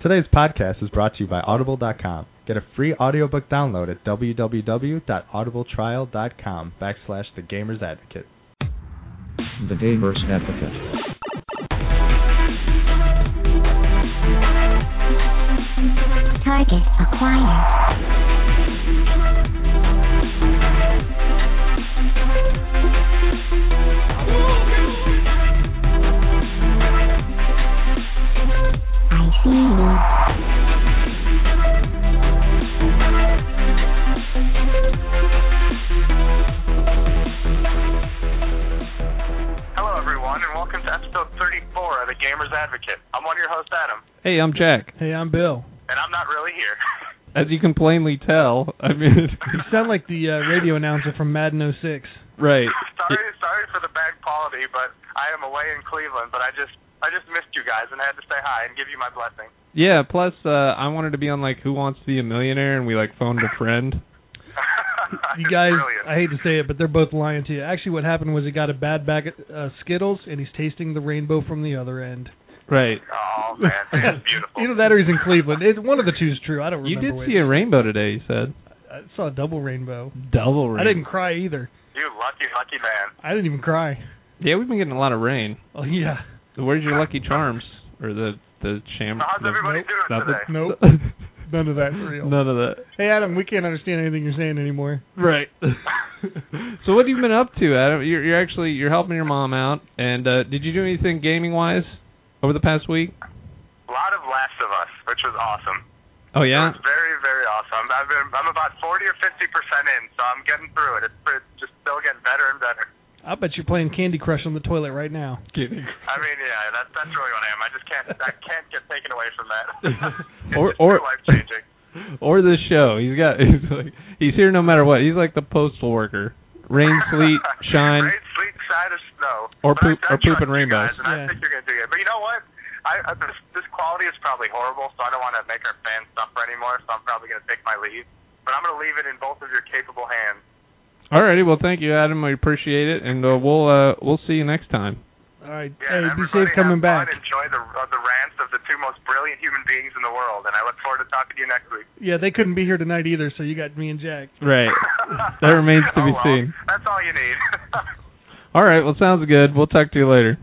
Today's podcast is brought to you by Audible.com. Get a free audiobook download at www.audibletrial.com backslash The Gamer's Advocate. The Gamer's Advocate. Target acquired. I see you. Hello, everyone, and welcome to episode 34 of The Gamer's Advocate. I'm one of your hosts, Adam, Hey, I'm Jack. Hey, I'm Bill. and I'm not really here. As you can plainly tell, I mean, You sound like the uh, radio announcer from Madden 06. right? sorry, sorry for the bad quality, but I am away in Cleveland. But I just, I just missed you guys, and I had to say hi and give you my blessing. Yeah. Plus, uh, I wanted to be on like Who Wants to Be a Millionaire, and we like phoned a friend. You guys, Brilliant. I hate to say it, but they're both lying to you. Actually, what happened was he got a bad bag of uh, Skittles, and he's tasting the rainbow from the other end. Right. oh man, it's beautiful. Either that or he's in Cleveland. It, one of the two is true. I don't You did remember. which. see a rainbow today. You said I saw a double rainbow. double I didn't cry either. You lucky, lucky man. I didn't even cry. Yeah, we've been getting a lot of rain. Oh yeah. Where's your Lucky Charms or the the sham? So how's the- everybody doing not the- today? Nope. None of that's real. None of that. Hey Adam, we can't understand anything you're saying anymore. Right. so what have you been up to, Adam? You're, you're actually you're helping your mom out, and uh, did you do anything gaming wise over the past week? A lot of Last of Us, which was awesome. Oh yeah. It was very, very awesome. I've been, I'm about 40 or 50 percent in, so I'm getting through it. It's, it's just still getting better and better. I bet you're playing Candy Crush on the toilet right now. I mean, yeah, that's that's really what I am. I just can't I can't get taken away from that. it's Or- just or- too life changing. or this show. He's got he's like he's here no matter what. He's like the postal worker. Rain, sleet, shine. Rain, sleet, shine, or snow. Or But I- poop- I or poop trust and you rainbows. Guys, and I Yeah. think you're gonna do it. But you know what? I, I this this quality is probably horrible, so I don't want to make our fans suffer anymore. So I'm probably gonna take my leave. But I'm gonna leave it in both of your capable hands. Alrighty, well thank you, Adam. I appreciate it, and uh, we'll uh, we'll see you next time. All right. Yeah, hey, and be everybody safe coming have fun, back. Enjoy the uh, the rants of the two most brilliant human beings in the world, and I look forward to talking to you next week. Yeah, they couldn't be here tonight either, so you got me and Jack. Right. That remains to Oh, be well. seen. That's all you need. All right. Well, sounds good. We'll talk to you later.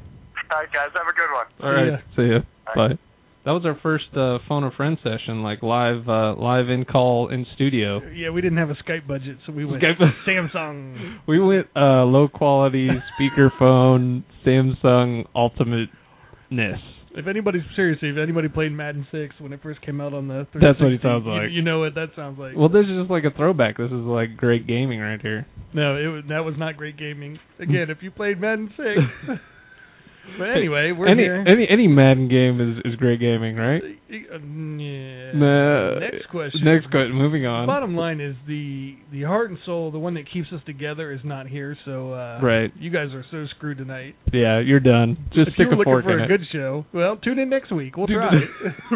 all right, guys, have a good one. All right. See ya. Bye. Bye. That was our first uh, phone a friend session, like live uh, live in call in studio. Yeah, we didn't have a Skype budget, so we went Skype- Samsung. We went uh, low quality speakerphone Samsung Ultimate ness. If anybody seriously, if anybody played Madden Six when it first came out on the, 360, That's what it sounds you- like. You, know what that sounds like? Well, this is just like a throwback. This is like great gaming right here. no, it was, that was not great gaming. Again, if you played Madden Six. but anyway, we're any, here. Any any Madden game is, is great gaming, right? Uh, yeah. No. Next question. Next question. Moving The on. Bottom line is the the heart and soul, the one that keeps us together, is not here. So uh, Right. you guys are so screwed tonight. Yeah, you're done. Just if stick you were a looking fork for in a it. good show, well, tune in next week. We'll Dude, try it.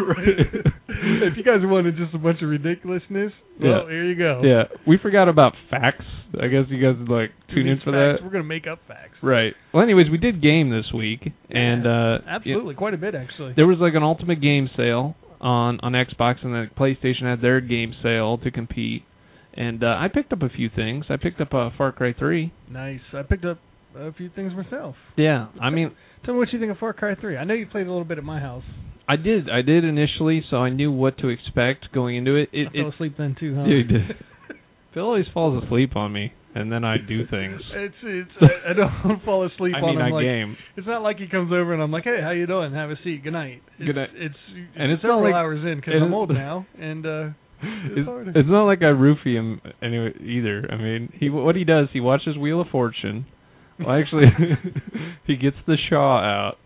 right. if you guys wanted just a bunch of ridiculousness, well, Yeah. here you go. yeah, we forgot about facts. I guess you guys would, like Who tune in needs for facts? that. We're gonna make up facts. Right. Well, anyways, we did game this week, and uh yeah, Absolutely, quite a bit actually. there was like an ultimate game sale on on Xbox, and then PlayStation had their game sale to compete. And uh, I picked up a few things. I picked up uh, Far Cry 3. Nice. I picked up a few things myself. Yeah, I mean, Tell me what you think of Far Cry 3. I know you played a little bit at my house. I did. I did initially, so I knew what to expect going into it. It, I fell it asleep then too, huh? Yeah, you did. Phil always falls asleep on me, and then I do things. It's it's I, I don't fall asleep I on mean, him I like game, it's not like he comes over and I'm like, hey, how you doing? Have a seat. Good night. It's, Good night. It's, and it's not several like hours in because and I'm it- old now and uh it's it's, hard. it's not like I roofie him anyway either. I mean, he what he does, he watches Wheel of Fortune. Well, actually, he gets the Shaw out,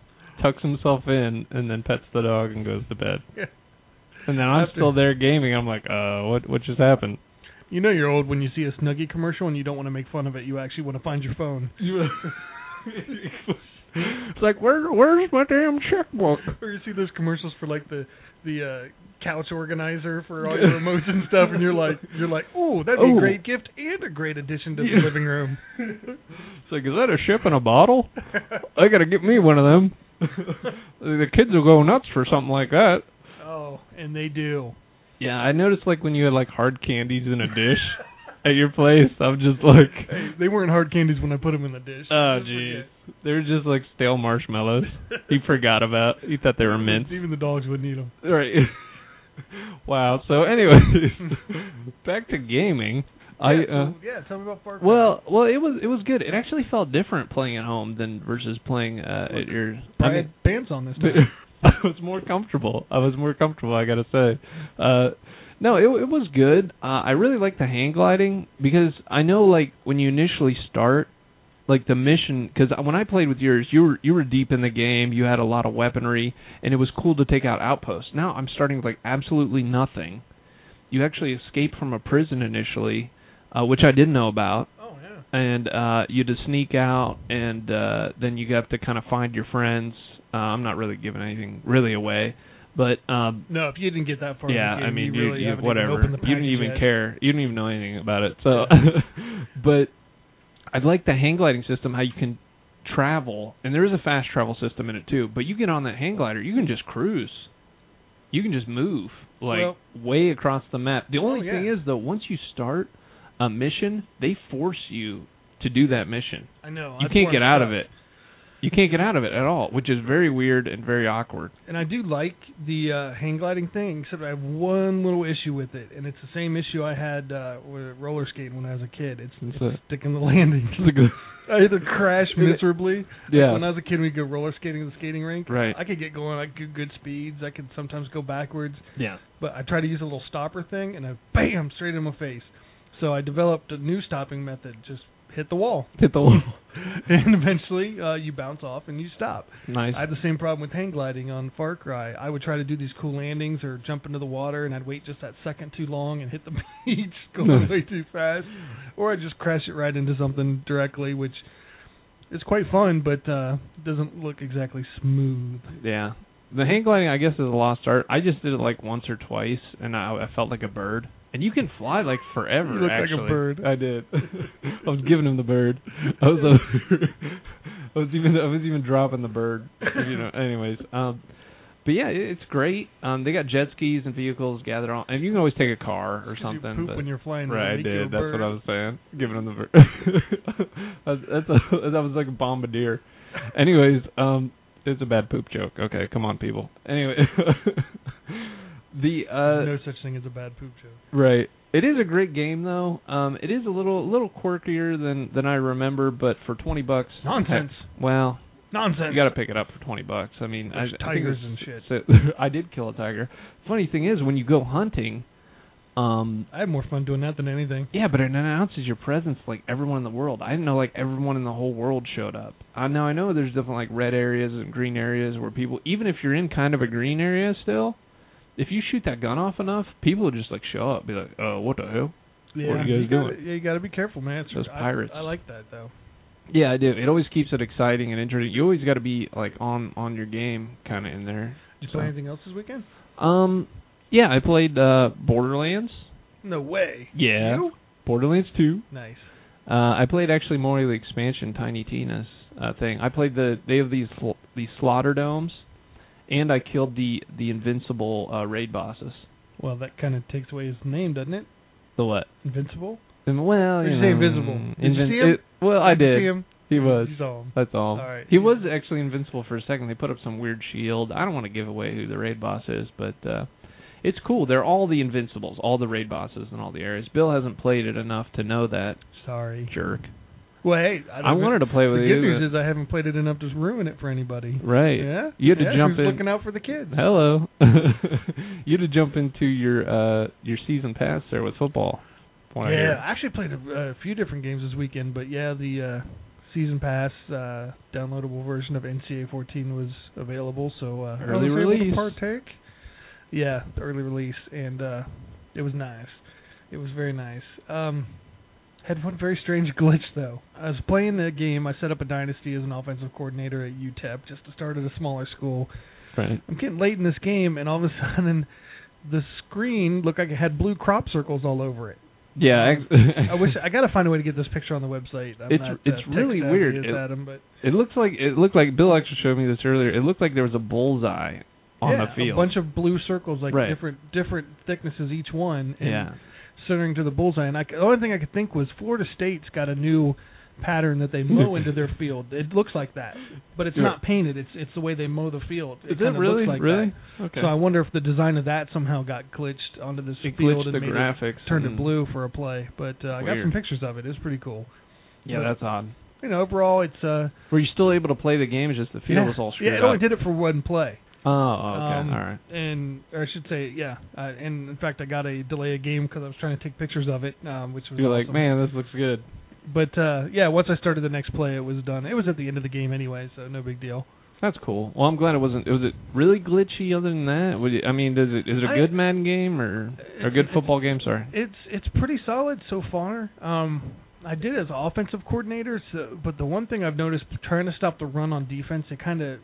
tucks himself in, and then pets the dog and goes to bed. Yeah. And then I'm After- still there gaming. I'm like, uh, what what just happened? you know you're old when you see a Snuggie commercial and you don't want to make fun of it. You actually want to find your phone. it's like where where's my damn checkbook? Or you see those commercials for like the the uh, couch organizer for all your remotes and stuff, and you're like you're like, oh, that'd be Ooh. a great gift and a great addition to Yeah. the living room. It's like, is that a ship in a bottle? I gotta get me one of them. the kids will go nuts for something like that. Oh, and they do. Yeah, I noticed like when you had like hard candies in a dish at your place, I'm just like, Hey, they weren't hard candies when I put them in the dish. oh Don't jeez, forget. they were just like stale marshmallows. He forgot about. He thought they were mint. Even the dogs wouldn't eat them. Right. wow. So, anyways, back to gaming. I yeah, uh, so- yeah, tell me about Far Cry. well, well, it was it was good. It actually felt different playing at home than versus playing uh, at your. I I mean, had pants on this but time. I was more comfortable. I was more comfortable. I gotta say, uh, no, it it was good. Uh, I really like the hang gliding because I know like when you initially start, like the mission. Because when I played with yours, you were you were deep in the game. You had a lot of weaponry, and it was cool to take out outposts. Now I'm starting with like absolutely nothing. You actually escape from a prison initially, uh, which I didn't know about oh yeah. and uh you just sneak out and uh then you have to kind of find your friends uh, i'm not really giving anything really away but um No, if you didn't get that far, in the yeah game, i mean you, you, really you- haven't even whatever opened the you didn't package even yet. care you didn't even know anything about it so but i like the hang gliding system how you can travel and there is a fast travel system in it too but you get on that hang glider you can just cruise you can just move like Well- Oh, way across the map the only yeah. thing is though once you start a mission they force you to do that mission I know. you that's can't where get I'm out of stuck. it. You can't get out of it at all, which is very weird and very awkward. And I do like the uh, hang gliding thing, except I have one little issue with it, and it's the same issue I had uh, with roller skating when I was a kid. It's, It's it's a- sticking the landing. I either crash miserably. Yeah. When I was a kid, we'd go roller skating at the skating rink. Right. I could get going. I could get good speeds. I could sometimes go backwards. Yeah. But I try to use a little stopper thing, and I bam straight in my face. So I developed a new stopping method. Just hit the wall, Hit the wall. and eventually uh, you bounce off and you stop. nice. I had the same problem with hang gliding on Far Cry. I would try to do these cool landings or jump into the water, and I'd wait just that second too long and hit the beach going way too fast, or I'd just crash it right into something directly, which is quite fun, but uh doesn't look exactly smooth. yeah. The hang gliding, I guess, is a lost art. I just did it like once or twice, and I, I felt like a bird. And you can fly like forever. You look like a actually. bird. I did. I was giving him the bird. I was. I was even. I was even dropping the bird. You know. Anyways. Um. But yeah, it, it's great. Um. They got jet skis and vehicles gathered on, and you can always take a car or 'Cause something. You poop but- when you're flying. Right, I make you a did. That's what bird. I was saying. Giving him the ver- that's, that's a, that was like a bombardier. Anyways, um, it's a bad poop joke. Okay, come on, people. Anyway, the uh, no such thing as a bad poop joke. Right. It is a great game though. Um, it is a little little quirkier than than I remember, but for twenty bucks, Nonsense. well, Nonsense. you got to pick it up for twenty bucks. I mean, I, There's I think tigers it's- and shit. so- I did kill a tiger. Funny thing is, when you go hunting, um, I had more fun doing that than anything. yeah, but it announces your presence to, like everyone in the world. I didn't know like everyone in the whole world showed up. I now I know there's different like red areas and green areas where people even if you're in kind of a green area still, if you shoot that gun off enough, people will just like show up, be like, Oh, what the hell? Yeah. What are you guys gotta, doing? Yeah, you got to be careful, man. It's- Those I- pirates. I, like that though. Yeah, I do. It always keeps it exciting and interesting. You always gotta be like on on your game kinda in there. Did you So- play anything else this weekend? Um yeah, I played uh Borderlands. No way. Yeah. You? Borderlands two. Nice. Uh, I played actually more of the expansion Tiny Tina's uh, thing. I played the they have these sl- these slaughter domes, and I killed the the invincible uh, raid bosses. Well, that kind of takes away his name, doesn't it? The what? Invincible. And, well, Did you you say know, invisible? Did you invin- see him? Mm. it- well, I Did you see did. him? He was. You saw him. That's all. All right. He was actually invincible for a second. They put up some weird shield. I don't want to give away who the raid boss is, but uh it's cool. They're all the invincibles, all the raid bosses in all the areas. Bill hasn't played it enough to know that Sorry. jerk. Well, hey, I, I wanted to play The with good you. but- news is I haven't played it enough to ruin it for anybody. Right. Yeah. You had to yeah, jump who's in. Looking out for the kids. Hello. you had to jump into your uh your season pass there with football. From what I yeah, hear. I actually played a, a few different games this weekend, but yeah, the uh season pass uh downloadable version of NCA 14 was available, so uh, I Early was able to release. partake. Yeah, the early release, and uh it was nice. It was very nice. Um had one very strange glitch though. I was playing the game. I set up a dynasty as an offensive coordinator at UTEP just to start at a smaller school. Right. I'm getting late in this game, and all of a sudden, the screen looked like it had blue crop circles all over it. Yeah. I, I wish I gotta find a way to get this picture on the website. I'm It's- not, it's uh, really tech savvy weird. as It- Adam, but it looks like it looked like Bill actually showed me this earlier. It looked like there was a bullseye on the yeah, field. A bunch of blue circles, like Right. different different thicknesses each one, and yeah. centering to the bullseye. And I c the only thing I could think was Florida State's got a new pattern that they mow into their field. It looks like that, but it's Yeah. not painted. It's it's the way they mow the field. Is it kinda really looks like really? that. Okay. So I wonder if the design of that somehow got glitched onto this It field glitched and the made graphics it turned it and- blue for a play. But uh, I got Weird. some pictures of it. It's pretty cool. yeah, but- that's odd. You know, overall, it's uh, Were you still able to play the game? It's just the field yeah, was all screwed yeah. It up. only did it for one play. oh, okay, Um, all right. And or I should say, yeah. Uh, and in fact, I got a delay a game because I was trying to take pictures of it, um, which was You're like, awesome. man, this looks good. But uh, yeah, once I started the next play, it was done. It was at the end of the game anyway, so no big deal. That's cool. Well, I'm glad it wasn't. Was it really glitchy? Other than that, Would you, I mean, does it is it a I- good Madden game or or a good It's- football game? Sorry. It's it's pretty solid so far. Um, I did as offensive coordinator, so, but the one thing I've noticed trying to stop the run on defense, it kind of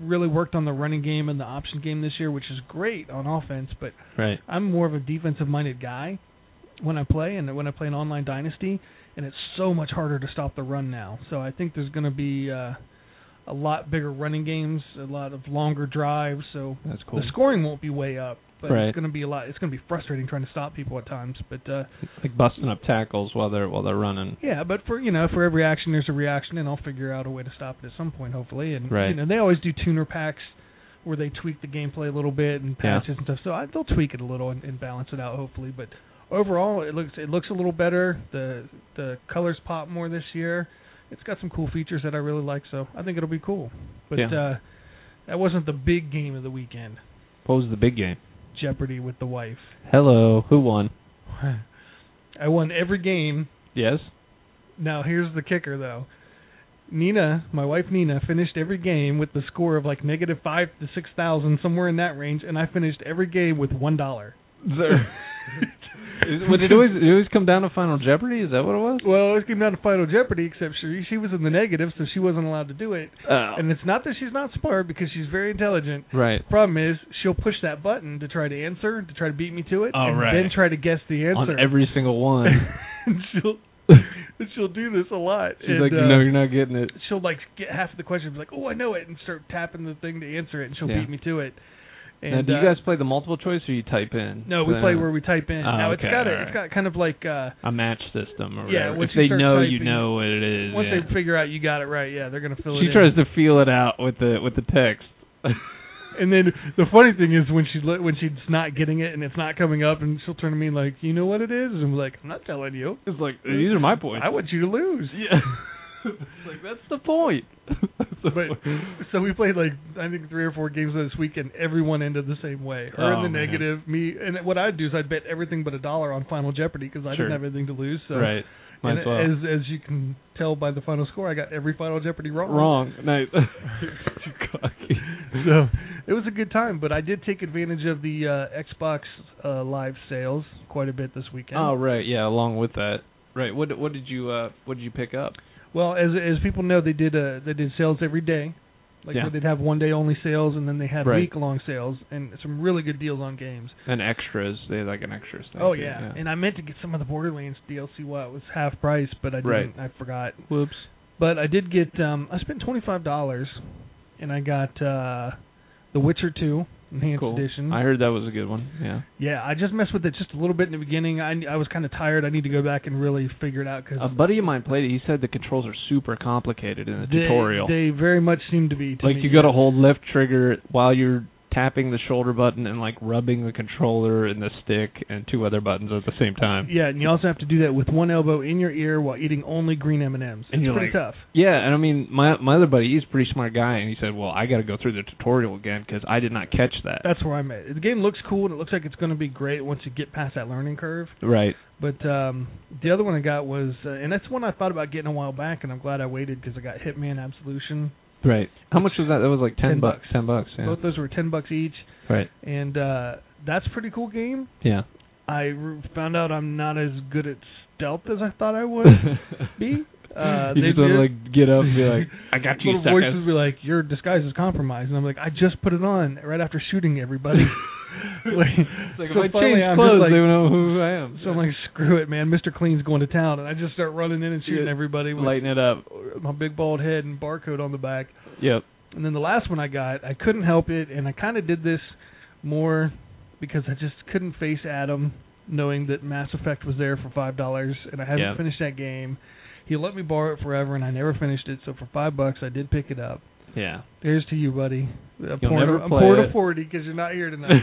really worked on the running game and the option game this year, which is great on offense. But Right. I'm more of a defensive minded guy when I play and when I play an online dynasty, and it's so much harder to stop the run now. So I think there's going to be uh, a lot bigger running games, a lot of longer drives. So That's cool. the scoring won't be way up, but Right. it's going to be a lot. It's going to be frustrating trying to stop people at times. But uh, Like busting up tackles while they're while they're running. yeah, but for you know, for every action there's a reaction, and I'll figure out a way to stop it at some point, hopefully. And Right. you know, they always do tuner packs where they tweak the gameplay a little bit and Yeah. patches and stuff. So I, they'll tweak it a little and, and balance it out, hopefully. But overall, it looks it looks a little better. The the colors pop more this year. It's got some cool features that I really like, so I think it'll be cool. But Yeah. uh that wasn't the big game of the weekend. What was the big game? Jeopardy with the wife. Hello, who won? I won every game Yes. Now here's the kicker though. Nina, my wife Nina, finished every game with the score of like negative five to six thousand, somewhere in that range, and I finished every game with one dollar. There. Would it always it always come down to Final Jeopardy? Is that what it was? Well, it came down to Final Jeopardy, except she she was in the negative, so she wasn't allowed to do it. And it's not that she's not smart because she's very intelligent. right. Problem is, she'll push that button to try to answer, to try to beat me to it, Oh, and right. then try to guess the answer. On every single one. and she'll and she'll do this a lot. She's and, like, uh, no, you're not getting it. she'll like get half of the question, be like, "Oh, I know it," and start tapping the thing to answer it, and she'll Yeah. beat me to it. And now, do you uh, guys play the multiple choice or you type in? no, we Uh, play where we type in. Oh, now it's okay, got a, all it's got kind of like uh a match system or whatever. Yeah, once if you they start know, you typing- know what it is. once yeah. they figure out you got it right, yeah, they're gonna fill she it. tries to feel it out with the with the text. in. And then the funny thing is when she li- when she's not getting it and it's not coming up, and she'll turn to me like, "You know what it is?" And I'm like, "I'm not telling you. It's like these are my points. I want you to lose." yeah. it's like that's the point. But so we played like I think three or four games this week, and everyone ended the same way. Her Oh, in the man. negative, me. And what I'd do is I'd bet everything but a dollar on Final Jeopardy because I Sure. didn't have anything to lose. So right. Might and as well. as as you can tell by the final score, I got every Final Jeopardy wrong. Wrong. Nice. Too cocky. So it was a good time, but I did take advantage of the uh, Xbox uh, Live sales quite a bit this weekend. Oh right, yeah. Along with that, right. What what did you uh what did you pick up? Well, as as people know, they did uh they did sales every day. Like Yeah. where they'd have one day only sales, and then they had Right. week long sales, and some really good deals on games. And extras. They had, like an extras thing. Oh too, yeah. and I meant to get some of the Borderlands DLC while it was half price, but I didn't. Right. I forgot. Whoops. But I did get. Um, I spent twenty five dollars, and I got uh, The Witcher Two enhanced Cool. edition. I heard that was a good one. Yeah. yeah, I just messed with it just a little bit in the beginning. I I was kind of tired. I need to go back and really figure it out because A buddy of mine played it. He said the controls are super complicated in the tutorial. They very much seem to be. To like me, you got to hold left trigger while you're tapping the shoulder button and like rubbing the controller and the stick and two other buttons at the same time. Yeah, and you also have to do that with one elbow in your ear while eating only green M and M's. And It's you're pretty like- tough. Yeah, and I mean my my other buddy, he's a pretty smart guy, and he said, "Well, I got to go through the tutorial again because I did not catch that." That's where I'm at. The game looks cool, and it looks like it's going to be great once you get past that learning curve. right. But um the other one I got was, uh, and that's one I thought about getting a while back, and I'm glad I waited because I got Hitman Absolution. Right. How much was that? That was like 10, 10 bucks. bucks. 10 bucks, yeah. Both those were ten bucks each, Right. and uh that's a pretty cool game. Yeah. I r- found out I'm not as good at stealth as I thought I would be. Uh, you they just wanna, did- like get up and be like, "I got you, Little suckers." voices be like, "Your disguise is compromised," and I'm like, "I just put it on right after shooting everybody." It's like, So if I finally change I'm just clothes, like- they would know who I am. so I'm like, "Screw it, man! Mr. Clean's going to town," and I just start running in and shooting Yeah. everybody with lighten it up. my big bald head and barcode on the back. Yep. And then the last one I got, I couldn't help it, and I kind of did this more because I just couldn't face Adam, knowing that Mass Effect was there for five dollars, and I hadn't Yeah. finished that game. He let me borrow it forever, and I never finished it. So for five bucks, I did pick it up. Yeah. Here's to you, buddy. I'm You'll pouring, never I'm play pouring it. a forty because you're not here tonight.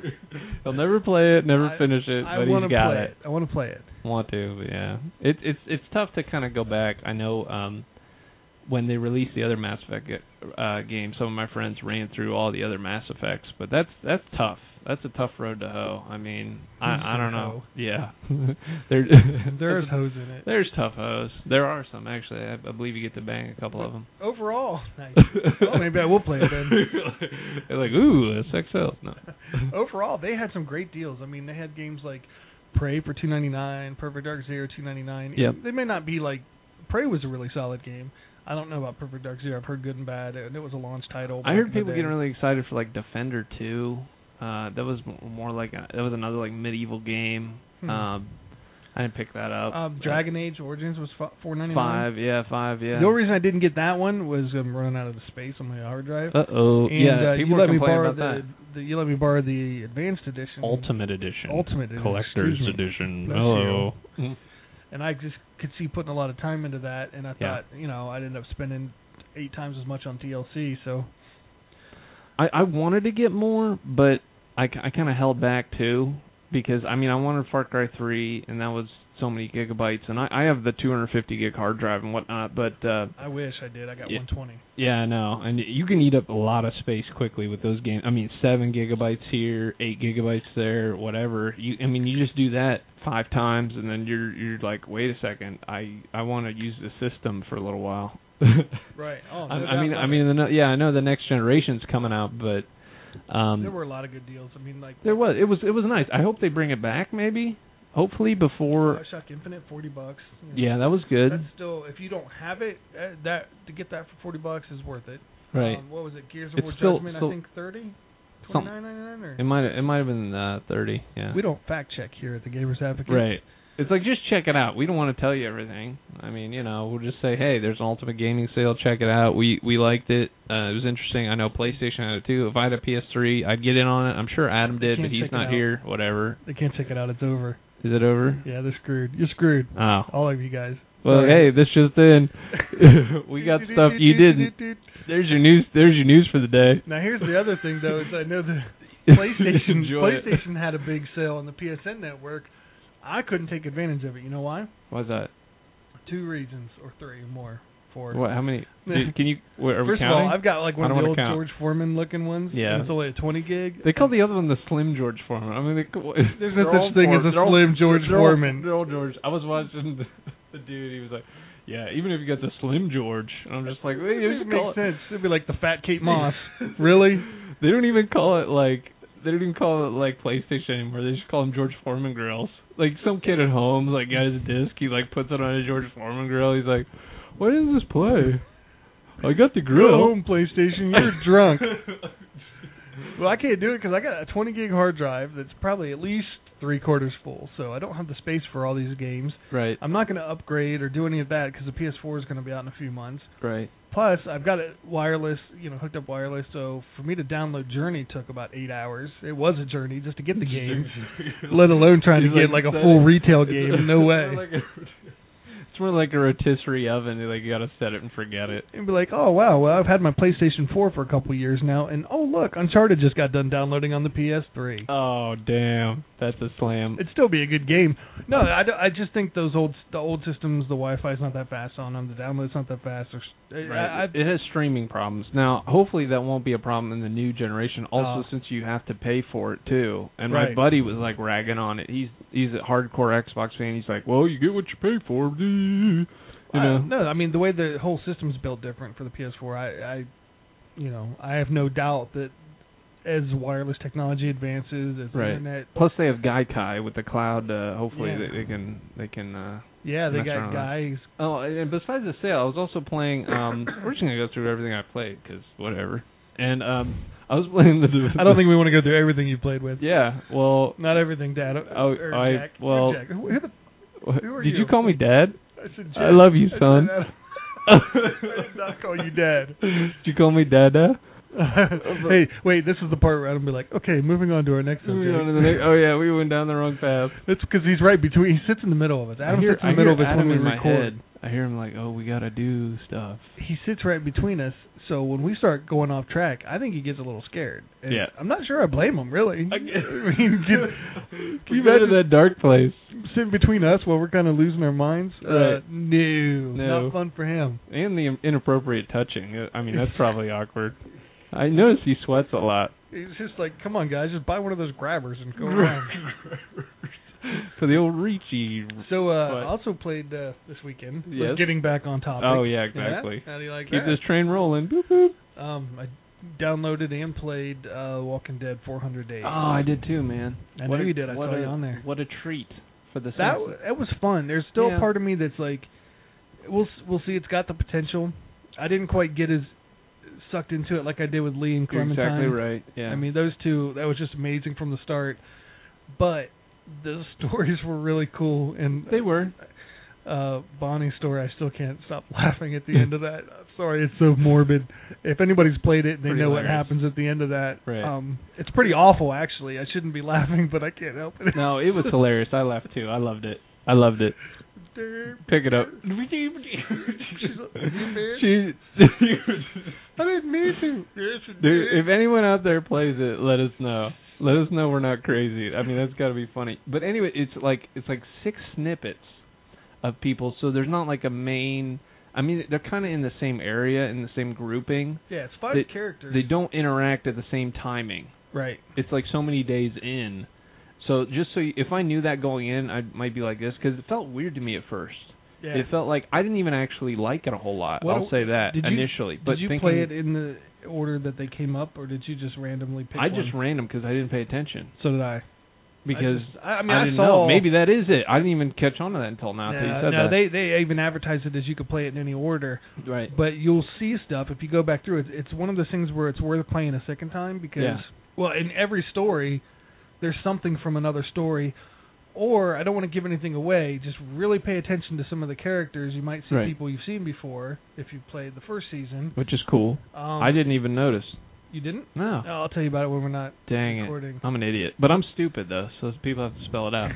He'll never play it, never I- finish it, I but want to he's got play it. I want to play it. Want to, but yeah. It, it's it's tough to kind of go back. I know um, when they released the other Mass Effect ge- uh, game, some of my friends ran through all the other Mass Effects, but that's that's tough. That's a tough road to hoe. I mean, Who's I I don't gonna know. hoe? Yeah, there There's hoes in it. there's tough hoes. There are some actually. I, I believe you get to bang a couple of them. Overall, nice. well, maybe I will play it then. They're like, ooh, sex sells. No. Overall, they had some great deals. I mean, they had games like Prey for two ninety nine, Perfect Dark Zero two ninety nine. Yep. They may not be like Prey was a really solid game. I don't know about Perfect Dark Zero. I've heard good and bad, and it was a launch title. I back in heard the people day. getting really excited for like Defender Two. Uh, that was m- more like a, that was another like medieval game. Hmm. Um, I didn't pick that up. Um, Dragon Age Origins was four ninety nine. Five, yeah, five, yeah. The only reason I didn't get that one was I'm running out of the space on my hard drive. Uh oh, and yeah. uh, people you were let complaining me borrow about the, the you let me borrow the advanced edition. that. Ultimate Edition. Ultimate Edition, Collector's excuse me. Edition. Bless Hello. and I just could see putting a lot of time into that, and I Yeah. thought, you know, I'd end up spending eight times as much on DLC. So I I wanted to get more, but I ki- I kind of held back too because I mean I wanted Far Cry 3 and that was so many gigabytes and I I have the 250 gig hard drive and whatnot, but uh I wish I did. I got Yeah. 120. Yeah, I know. And y- you can eat up a lot of space quickly with those games. I mean, seven gigabytes here, eight gigabytes there, whatever. You, I mean, you just do that five times, and then you're you're like, wait a second, I I want to use the system for a little while. Right. Oh, no I, doubt I mean, about I it. mean, the, no- yeah, I know the next generation's coming out, but um, there were a lot of good deals. I mean, like there was it was it was nice. I hope they bring it back, maybe, hopefully before. Bioshock Infinite, 40 bucks. you know. Yeah, that was good. That's still if you don't have it, uh, that to get that for 40 bucks is worth it. right. Um, what was it? Gears of It's War still- Judgment. still- I think 30, Something. 29.99 or. It might it might have been uh, thirty. Yeah. We don't fact check here at the Gamers Advocate. Right. It's like just check it out. We don't want to tell you everything. I mean, you know, we'll just say, hey, there's an Ultimate Gaming sale. Check it out. We we liked it. Uh, it was interesting. I know PlayStation had it too. If I had a PS3, I'd get in on it. I'm sure Adam did, but Can't he's check it not out. here. Whatever. They can't check it out. It's over. Is it over? Yeah, they're screwed. You're screwed. Oh. All of you guys. Well, hey, Sorry. this just in. we got stuff you didn't. There's your news. There's your news for the day. Now here's the other thing though is I know the PlayStation Enjoy it. PlayStation had a big sale on the PSN network. I couldn't take advantage of it. You know why? What's that? Two reasons or three or more. Four. What? How many? Did, can you? What, are we First of counting? all, I've got like I one don't of wanna the old count. George Foreman looking ones. and Yeah. It's only a 20 gig. they call the other one the Slim George Foreman. I mean, they, call- There's they're no such all thing for- as a they're all- slim George they're all- Foreman. they're all George. I was watching the, the dude. He was like, "Yeah, even if you got the Slim George," and I'm just like, "Wait, It you doesn't just make call it- sense. It'd be like the Fat Kate Moss. really? They don't even call it like they don't even call it like PlayStation anymore. They just call them George Foreman grills. Like some kid at home, like got his disc. He like puts it on a George Foreman grill. He's like, "What does this play?" I got the Go grill. home PlayStation. You're drunk. Well, I can't do it because I got a 20 gig hard drive that's probably at least three quarters full, so I don't have the space for all these games. right, I'm not going to upgrade or do any of that because the PS4 is going to be out in a few months. right. Plus, I've got it wireless, you know, hooked up wireless, so for me to download Journey took about eight hours. It was a journey just to get the game, let alone trying to He's get like, like a "Son, full retail it's- game. No It's more way. like a, it's more like a rotisserie oven. Like you gotta set it and forget it. And be like, oh wow, well I've had my PlayStation 4 for a couple years now, and oh look, Uncharted just got done downloading on the PS3. Oh damn, that's a slam. It'd still be a good game. No, I, don't- I just think those old the old systems, the Wi-Fi's not that fast on them, the download's not that fast. Or, s- I, I, Right. it has streaming problems now. Hopefully that won't be a problem in the new generation. Also, Uh. since you have to pay for it too. And my Right. buddy was like ragging on it. He's he's a hardcore Xbox fan. He's like, well, you get what you pay for. You I- know. no, I mean the way the whole system's built different for the PS4. I, I, you know, I have no doubt that as wireless technology advances, as the Right. internet, Plus they have Gaikai with the cloud. Uh, hopefully Yeah. they, they can they can. uh yeah, they Mess got around. guys. Oh, and and besides the sale, I was also playing. Um, we're just gonna go through everything I played because whatever. And um, I was playing the. I don't think we want to go through everything you played with. Yeah. Well. Not everything, Dad. Oh, or I- Jack, or well- Jack. Who- who the- Did are you you? call me dad? I said I Jack. love you, I said son. Adam. I did not call you dad. Did you call me Dada? hey, wait, this is the part where I'm gonna be like, okay, moving on to our next subject. Moving on to the next- Oh yeah, we went down the wrong path. It's because he's right between. He sits in the middle of us. Adam I hear, sits in the I middle of hear us Adam when in we my record. head. I hear him like, oh, we gotta do stuff. He sits right between us, so when we start going off track, I think he gets a little scared. And Yeah. I'm not sure I blame him really. I mean, Can just- you imagine that dark place? sitting between us while we're kind of losing our minds? Uh, Right. no, No. not fun for him. And the inappropriate touching. Uh, I mean, that's probably awkward. I notice he sweats a lot. It's just like, come on, guys, just buy one of those grabbers and go around. so the old Reachy. So uh But- also played uh, this weekend. with Yes. Getting back on topic. Oh yeah, exactly. How do you like Keep that? this train rolling. Boop boop. Um, I downloaded and played uh, Walking Dead 400 Days. Oh, I did too, man. I know you did. I saw you on there. What a treat for the that Simpsons. that was fun. There's still Yeah. a part of me that's like, we'll s- we'll see. It's got the potential. I didn't quite get as sucked into it like I did with Lee and You're Clementine. exactly right. Yeah. I mean, those two that was just amazing from the start. But the stories were really cool, and they were. uh Bonnie's story. I still can't stop laughing at the end of that. I'm sorry, it's so morbid. If anybody's played it, they Pretty know what hilarious. happens at the end of that. Right. Um It's pretty awful, actually. I shouldn't be laughing, but I can't help it. No, it was hilarious. I laughed too. I loved it. I loved it. Pick it up. she, I didn't mean to. Dude, if anyone out there plays it, let us know. Let us know we're not crazy. I mean, that's got to be funny. But anyway, it's like it's like six snippets of people, so there's not like a main. I mean, they're kind of in the same area, in the same grouping. Yeah, it's five They- characters. They don't interact at the same timing. right. It's like so many days in. So just so you, if I knew that going in, I might be like this because it felt weird to me at first. Yeah. It felt like I didn't even actually like it a whole lot. Well, I'll say that did you- initially. but did you thinking, play it in the order that they came up, or did you just randomly pick I one? just random because I didn't pay attention so did I. because I, just- I, I mean, I, didn't saw know. Maybe that is it. I didn't even catch on to that until now. No, until you said no, that. they they even advertise it as you could play it in any order. right. but you'll see stuff if you go back through it. It's one of those things where it's worth playing a second time because Yeah. well, in every story there's something from another story or I don't want to give anything away, just really pay attention to some of the characters. You might see Right. people you've seen before if you played the first season. Which is cool. Um I didn't even notice. you didn't? No. No, I'll tell you about it when we're not Dang recording. it. I'm an idiot. But I'm stupid though, so people have to spell it out.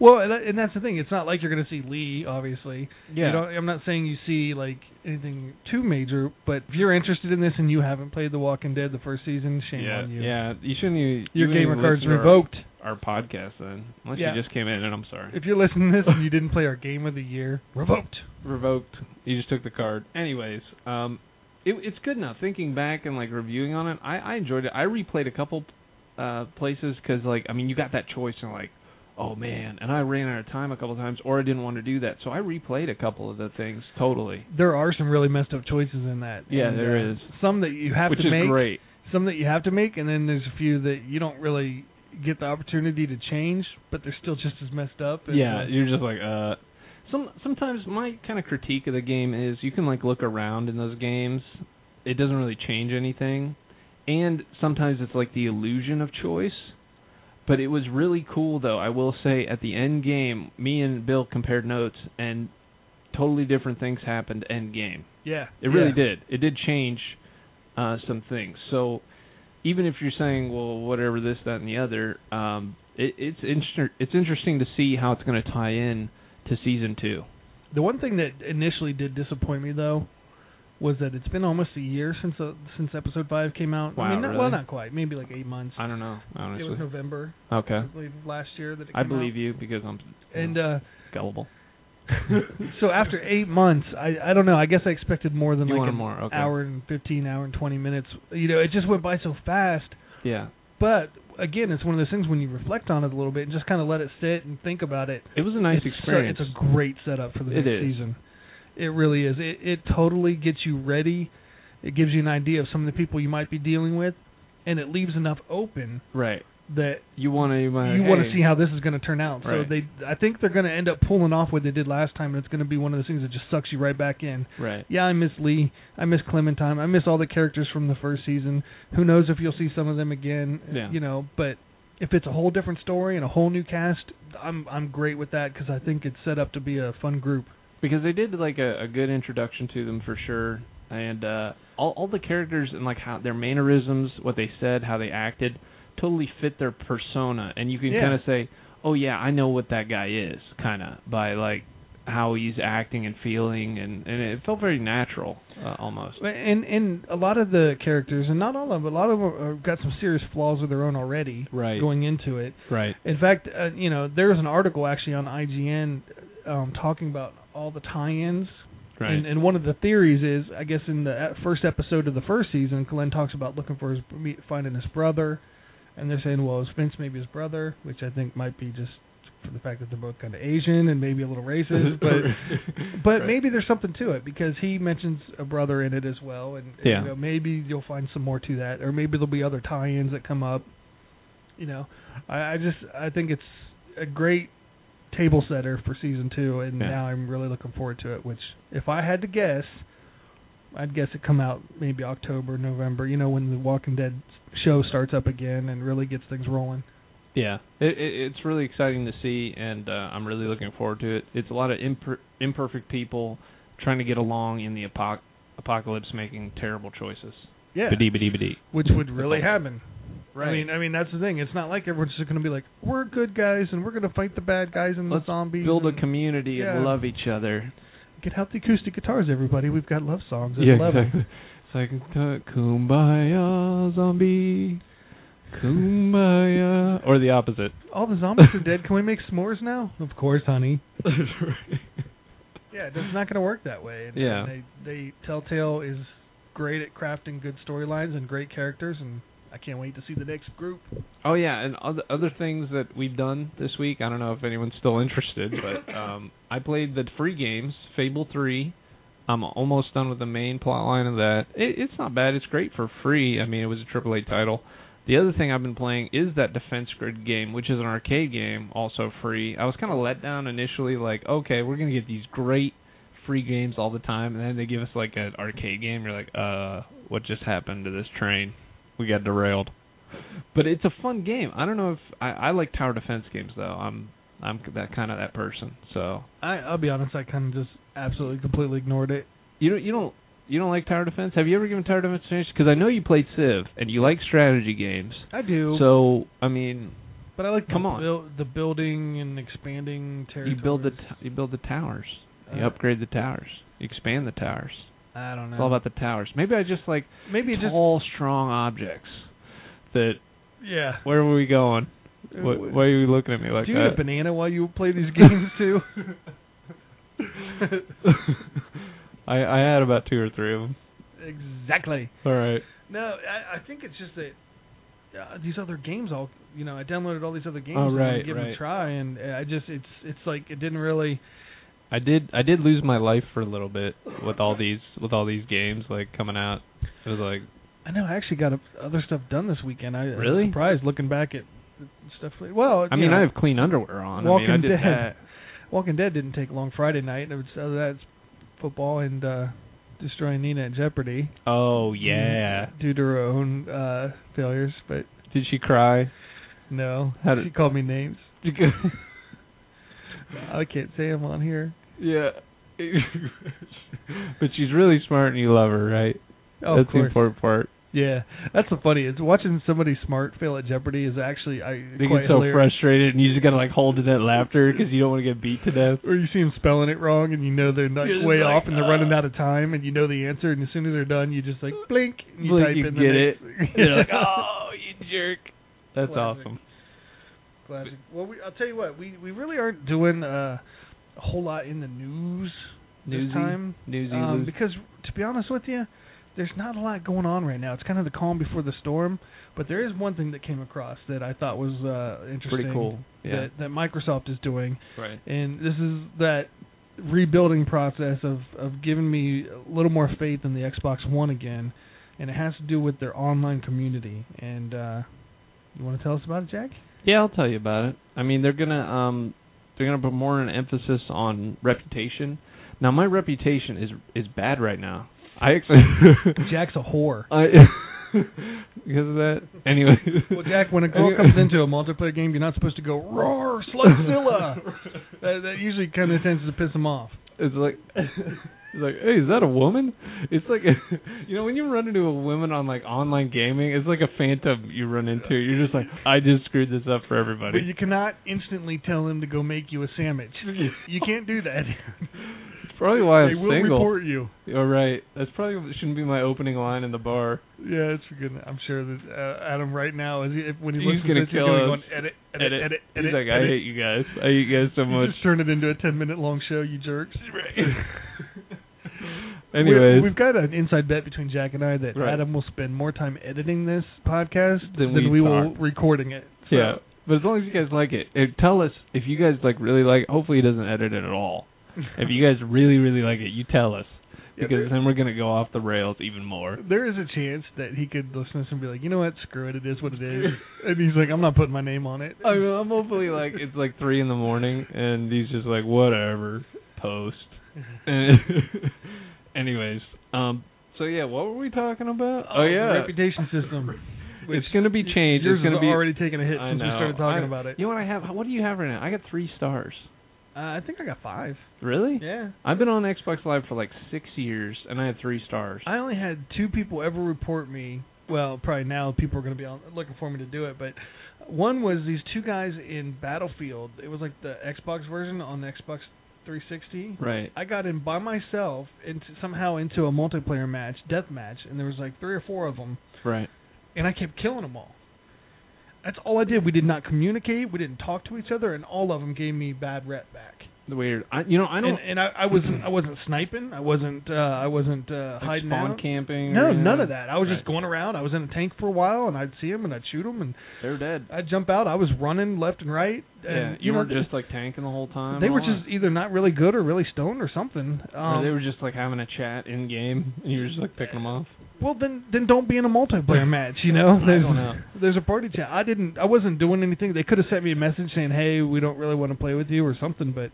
Well, and, that, and that's the thing. It's not like you're going to see Lee, obviously. You Yeah. don't, I'm not saying you see like anything too major, but if you're interested in this and you haven't played The Walking Dead the first season, shame yeah. on you. Yeah. You shouldn't even you Your wouldn't gamer even card's listen to revoked. Our, our podcast then. Unless Yeah. you just came in and I'm sorry. If you're listening to this and you didn't play our game of the year, revoked. revoked. You just took the card. Anyways, um, it, it's good now. Thinking back and like reviewing on it, I, I enjoyed it. I replayed a couple uh, places because like I mean, you got that choice and like, oh man, and I ran out of time a couple times, or I didn't want to do that, so I replayed a couple of the things totally, There are some really messed up choices in that. Yeah, and, there uh, is. Some that you have which to is make, great. some that you have to make, and then there's a few that you don't really get the opportunity to change, but they're still just as messed up. And, Yeah, uh, you're just like uh. Some sometimes my kind of critique of the game is you can like look around in those games, it doesn't really change anything, and sometimes it's like the illusion of choice. But it was really cool though. I will say at the end game, me and Bill compared notes, and totally different things happened end game. yeah. It really yeah. did. It did change uh, some things. So even if you're saying, well, whatever this, that, and the other, um, it, it's inter- it's interesting to see how it's going to tie in to season two. The one thing that initially did disappoint me though was that it's been almost a year since uh, since episode five came out. I Wow, mean, not, really? well, not quite, maybe like eight months. I don't know, it honestly. was November, okay, I believe, last year that it came I believe out. you because I'm And uh, gullible. so after eight months, I I don't know. I guess I expected more than You like wanted an more, okay. hour and fifteen, hour and twenty minutes. You know, it just went by so fast. yeah, But again, it's one of those things when you reflect on it a little bit and just kind of let it sit and think about it. it was a nice it's so- experience. it's a great setup for the It next is. season. It really is. It it totally gets you ready. It gives you an idea of some of the people you might be dealing with, and it leaves enough open right. that You want to you want you want to see how this is going to turn out. Right. So they, I think they're going to end up pulling off what they did last time, and it's going to be one of those things that just sucks you right back in. right. Yeah, I miss Lee. I miss Clementine. I miss all the characters from the first season. Who knows if you'll see some of them again? Yeah. You know, but if it's a whole different story and a whole new cast, I'm I'm great with that because I think it's set up to be a fun group. because they did like a, a good introduction to them for sure, and uh, all all the characters and like how their mannerisms, what they said, how they acted, totally fit their persona, and you can Yeah. kind of say, oh yeah, I know what that guy is, kind of by like how he's acting and feeling, and and it felt very natural uh, almost. And and a lot of the characters, and not all of them, a lot of them have got some serious flaws of their own already. Right. Going into it, Right. in fact, uh, you know, there was an article actually on IGN um, talking about all the tie-ins. Right. And, and one of the theories is, I guess, in the e- first episode of the first season, Glenn talks about looking for his me- finding his brother, and they're saying, well, is Vince maybe his brother, which I think might be just for the fact that they're both kind of Asian and maybe a little racist, but but Right. maybe there's something to it because he mentions a brother in it as well, and, and, Yeah. you know, maybe you'll find some more to that, or maybe there'll be other tie-ins that come up. You know, I, I just I think it's a great table setter for season two, and Yeah. now I'm really looking forward to it. Which, if I had to guess, I'd guess it come out maybe October, November. You know, when the Walking Dead show starts up again and really gets things rolling. Yeah, it, it, it's really exciting to see, and uh, I'm really looking forward to it. It's a lot of imper- imperfect people trying to get along in the apoc- apocalypse, making terrible choices. Yeah, Biddy biddy biddy. which would really happen. I Right. mean, I mean that's the thing. It's not like everyone's just going to be like, "We're good guys, and we're going to fight the bad guys and Let's the um, zombies." Build a and community Yeah. and love each other. get out the acoustic guitars, everybody. We've got love songs at eleven. exactly. It's like uh, kumbaya zombie, kumbaya, or the opposite. All the zombies are dead. Can we make s'mores now? Of course, honey. Yeah, it's not going to work that way. And, Yeah. and they, they Telltale is great at crafting good storylines and great characters, and I can't wait to see the next group. Oh yeah, and other other things that we've done this week. I don't know if anyone's still interested, but um, I played the free games, Fable Three. I'm almost done with the main plot line of that. It, it's not bad. It's great for free. I mean, it was a AAA title. The other thing I've been playing is that Defense Grid game, which is an arcade game, also free. I was kind of let down initially, like, okay, we're gonna get these great free games all the time, and then they give us like an arcade game. You're like, uh, what just happened to this train? We got derailed but it's a fun game. I don't know if I, I like tower defense games though. I'm I'm that kind of that person. So I, I'll be honest, I kind of just absolutely completely ignored it. you don't you don't you don't like tower defense? Have you ever given tower defense a chance? Because I know you played Civ and you like strategy games. I do, So I mean, but I like come the on. buil- the building and expanding territory. you build the t- you build the towers. You Uh, upgrade the towers. You expand the towers. I don't know. It's all about the towers. Maybe I just like uh, maybe it just tall, strong objects. That yeah. where were we going? What, uh, Uh, why are you looking at me like Do you eat that? a banana while you play these games too? I I had about two or three of them. exactly. All right. No, I, I think it's just that uh, these other games all you know I downloaded all these other games Oh, and wanted to right, give them a right. try and uh, I just it's it's like it didn't really I did I did lose my life for a little bit with all these with all these games like coming out. It was like I know I actually got uh, other stuff done this weekend. I I'm Really? surprised looking back at the stuff. Well, I you mean know, I have clean underwear on. I mean Walking I did Dead. that. Walking Dead didn't take long Friday night. It was other than that, it's football and uh destroying Nina at Jeopardy. Oh yeah. Mm, Due to her own uh failures, but Did she cry? no. How did- she called me names. I can't say them on here. yeah. but she's really smart and you love her, right? Oh, That's of the course. important part. Yeah, that's the funny. It's watching somebody smart fail at Jeopardy is actually I They quite get so hilarious. frustrated and you just gotta like hold in that laughter because you don't want to get beat to death. Or you see them spelling it wrong, and you know they're like You're just way like, off, and they're "Ah." running out of time, and you know the answer, and as soon as they're done, you just like blink, and you Blink, type you in get the it. next- You're like, oh, you jerk. That's Classic. awesome. Classic. Well, we, I'll tell you what, we we really aren't doing uh, a whole lot in the news Newsy. this time, Newsy um, loose. because to be honest with you, there's not a lot going on right now. It's kind of the calm before the storm. But there is one thing that came across that I thought was uh, interesting. pretty cool. Yeah. that, that Microsoft is doing, right. and this is that rebuilding process of of giving me a little more faith in the Xbox One again, and it has to do with their online community. And uh, you want to tell us about it, Jack? Yeah, I'll tell you about it. I mean, they're gonna um, they're gonna put more an emphasis on reputation. Now, my reputation is is bad right now. I actually, Jack's a whore. I because of that. Anyway, Well, Jack, when a girl comes into a multiplayer game, you're not supposed to go roar, Slugzilla. that, that usually kind of tends to piss them off. It's like it's like, hey, is that a woman? It's like, you know, when you run into a woman on like online gaming, it's like a phantom you run into. You're just like, I just screwed this up for But everybody. you cannot instantly tell him to go make you a sandwich. You can't do that. It's probably why they I'm will single. report you. All Oh, right, that's probably shouldn't be my opening line in the bar. Yeah, it's a good. I'm sure that uh, Adam right now is he, if, when he He's listens gonna to this, kill he's gonna us. go and edit, edit, edit, edit. He's like, I edit. hate you guys. I hate you guys so You much. just turn it into a 10 minute long show, you jerks. Anyways, We, have got an inside bet between Jack and I that Right. Adam will spend more time editing this podcast Than than, we we, will talk. recording it. So, yeah. But as long as you guys like it, and tell us if you guys like really like. Hopefully, he doesn't edit it at all. if you guys really really like it, you tell us Yeah, because there- then we're gonna go off the rails even more. There is a chance that he could listen to this and be like, you know what, screw it, it is what it is. and he's like, I'm not putting my name on it. I mean, I'm hopefully like it's like three in the morning, and he's just like whatever, post. And anyways, um, so yeah, what were we talking about? Oh The yeah, reputation system. Um, which it's gonna be changed. Yours it's gonna has be already taken a hit I since we know. started talking I- about it. You know what I have? What do you have right now? I got three stars. Uh, I think I got five. Really? Yeah. I've been on Xbox Live for like six years, and I had three stars. I only had two people ever report me. Well, probably now people are going to be on, looking for me to do it, but one was these two guys in Battlefield. It was like the Xbox version on the Xbox 360. right. I got in by myself and somehow into a multiplayer match, death match, and there was like three or four of them, Right. and I kept killing them all. That's all I did. We did not communicate. We didn't talk to each other, and all of them gave me bad rep back. The weird. I, you know, I don't. And, and I, I wasn't. I wasn't sniping. I wasn't. Uh, I wasn't uh, like, hiding spawn out. camping. No, or none anything. of that. I was just Right. going around. I was in a tank for a while, and I'd see him and I'd shoot him, and They're dead. I'd jump out. I was running left and right. And, yeah. You, know, were just like tanking the whole time. they were and all just either not really good or really stoned or something. that? Um, or they were just like having a chat in game, and you were just like picking them off. well, then then don't be in a multiplayer match. You know, I there's, don't know. there's a party chat. I didn't. I wasn't doing anything. They could have sent me a message saying, "Hey, we don't really want to play with you" or something. But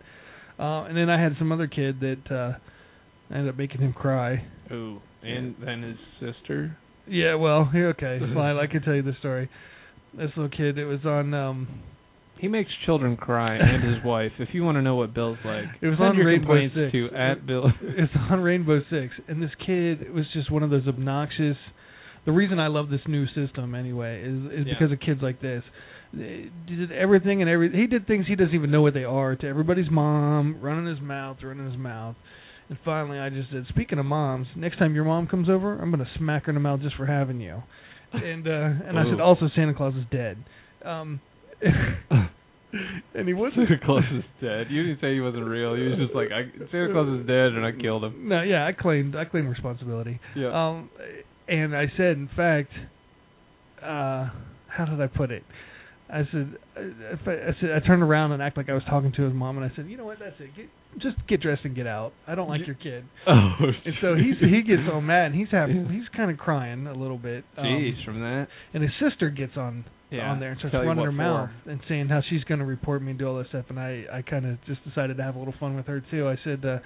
uh, and then I had some other kid that uh, I ended up making him cry. Ooh. And then his sister. Yeah, well, you're okay. Fine, I can tell you the story. This little kid, it was on um He makes children cry, and his wife. If you want to know what Bill's like, It was send on your Rainbow complaints Six. to at Bill. it's on Rainbow Six and this kid was just one of those obnoxious the reason I love this new system anyway is is Yeah. because of kids like this. They did everything and every he did things he doesn't even know what they are to everybody's mom, running his mouth, running his mouth. And finally I just said, Speaking of moms, next time your mom comes over, I'm gonna smack her in the mouth just for having you. And uh and I said Ooh. also Santa Claus is dead. Um and he wasn't Santa Claus is dead. You didn't say he wasn't real. He was just like, I, Santa Claus is dead, and I killed him. No, yeah, I claimed I claimed responsibility. Yeah. Um, and I said, in fact, uh, how did I put it? I said, I, I said, I turned around and act like I was talking to his mom, and I said, you know what? That's it. Get, just get dressed and get out. I don't like your kid. oh. And so he's he gets all mad, and he's having Yeah. he's kind of crying a little bit. Um, Jeez, from that. And his sister gets on Yeah. on there and starts Tell you running what her for. mouth and saying how she's going to report me and do all this stuff. And I, I kind of just decided to have a little fun with her too. I said, uh,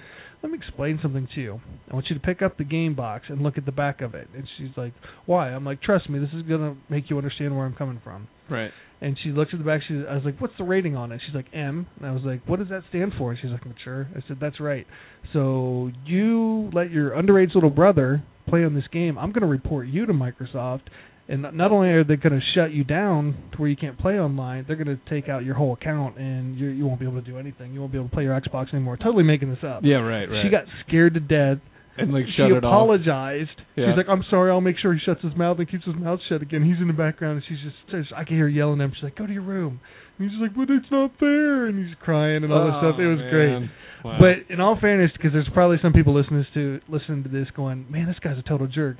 "Let me explain something to you. I want you to pick up the game box and look at the back of it." And she's like, "Why?" I'm like, "Trust me, this is going to make you understand where I'm coming from." Right. And she looked at the back. She, I was like, "What's the rating on it?" She's like, "M." And I was like, "What does that stand for?" And she's like, "Mature." I said, "That's right. So you let your underage little brother play on this game. I'm going to report you to Microsoft, and not- not only are they going to shut you down to where you can't play online, they're going to take out your whole account, and you you won't be able to do anything. You won't be able to play your Xbox anymore. Totally making this up. Yeah. Right. Right. She got scared to death. and like she shut it off. apologized. Yeah. She's like, "I'm sorry. I'll make sure he shuts his mouth and keeps his mouth shut again." He's in the background, and she's just, says- I can hear her yelling at him. She's like, "Go to your room." And he's just like, "But it's not there," and he's crying and all this stuff. It was Oh, great. But in all fairness, because there's probably some people listening to listening to this going, "Man, this guy's a total jerk."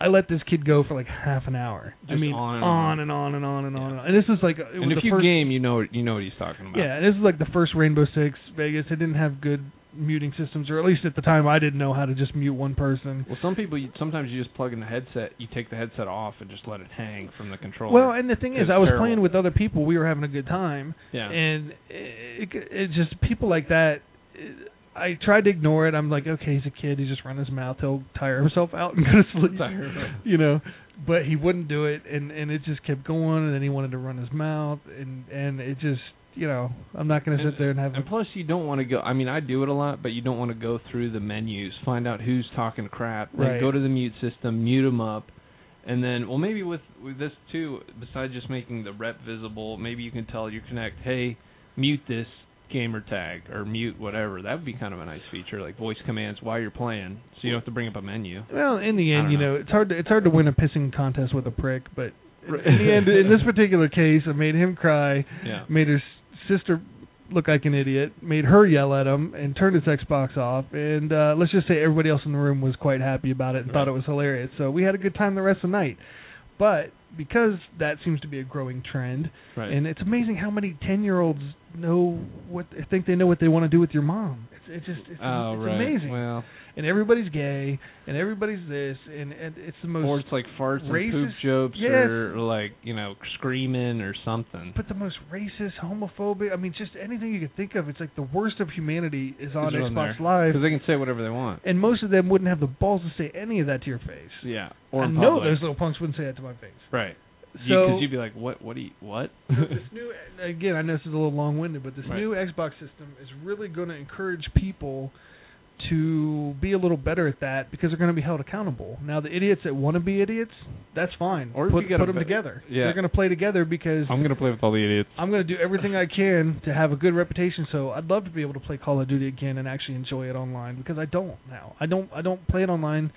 I let this kid go for like half an hour. I Just mean, on and on. on and on and on and on. And, on. and this is like, it was and if the you first, game, you know you know what he's talking about. yeah, this is like the first Rainbow Six Vegas. They didn't have good muting systems, or at least at the time, I didn't know how to just mute one person. Well, some people you, sometimes you just plug in the headset. You take the headset off and just let it hang from the controller. Well, and the thing It's is, I was terrible. playing with other people. We were having a good time, yeah. and it, it just people like that. It, I tried to ignore it. I'm like, okay, he's a kid. He's just running his mouth. He'll tire himself out and go to sleep, Tire himself. you know. But he wouldn't do it, and and it just kept going. And then he wanted to run his mouth, and and it just you know, I'm not going to sit there and have. And plus, you don't want to go. I mean, I do it a lot, but you don't want to go through the menus, find out who's talking crap, then Right. go to the mute system, mute them up, and then, well, maybe with, with this too, besides just making the rep visible, maybe you can tell your Connect, hey, mute this gamer tag or mute whatever. That would be kind of a nice feature, like voice commands while you're playing, so you don't have to bring up a menu. Well, in the I end, don't you know, know. it's hard to it's hard to win a pissing contest with a prick, but in, Right. in the end, in this particular case, it made him cry, Yeah. made his sister look like an idiot, made her yell at him, and turned his Xbox off. And uh let's just say everybody else in the room was quite happy about it and thought Right. it was hilarious. So we had a good time the rest of the night. But because that seems to be a growing trend, Right. and it's amazing how many ten-year-olds know what think they know what they want to do with your mom. It's, it's just it's, oh, it's right. amazing Well, and everybody's gay and everybody's this and, and it's the most or it's like farts and poop racist- jokes yes. or like, you know, screaming or something. but the most racist, homophobic. I mean, just anything you could think of. It's like the worst of humanity is on it on Xbox there? Live, Because they can say whatever they want. and most of them wouldn't have the balls to say any of that to your face. Yeah, or I in know public. those little punks wouldn't say that to my face. right. Because So- you'd be like, what? What do you? What? this new, again, I know this is a little long-winded, but this Right. new Xbox system is really going to encourage people to be a little better at that because they're going to be held accountable. Now, the idiots that want to be idiots, that's fine. Or if put you get put a them bet- together. yeah. They're going to play together because I'm gonna play with all the idiots. I'm going to do everything I can to have a good reputation. So I'd love to be able to play Call of Duty again and actually enjoy it online because I don't now. I don't. I don't play it online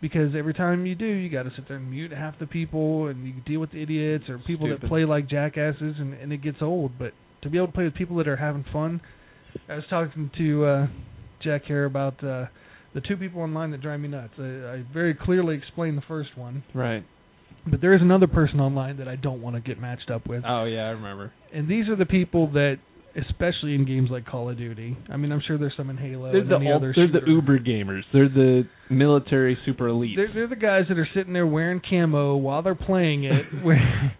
because every time you do, you got to sit there and mute half the people and you deal with idiots or people that Stupid. play like jackasses and, and it gets old. But to be able to play with people that are having fun, I was talking to uh, Jack here about uh, the two people online that drive me nuts. I, I very clearly explained the first one, Right. but there is another person online that I don't want to get matched up with. Oh yeah, I remember. And these are the people that, especially in games like Call of Duty. I mean, I'm sure there's some in Halo. They're and the any ul- Uh, other they're the shooter. Uber gamers. They're the military super elite. They're, they're the guys that are sitting there wearing camo while they're playing it, where-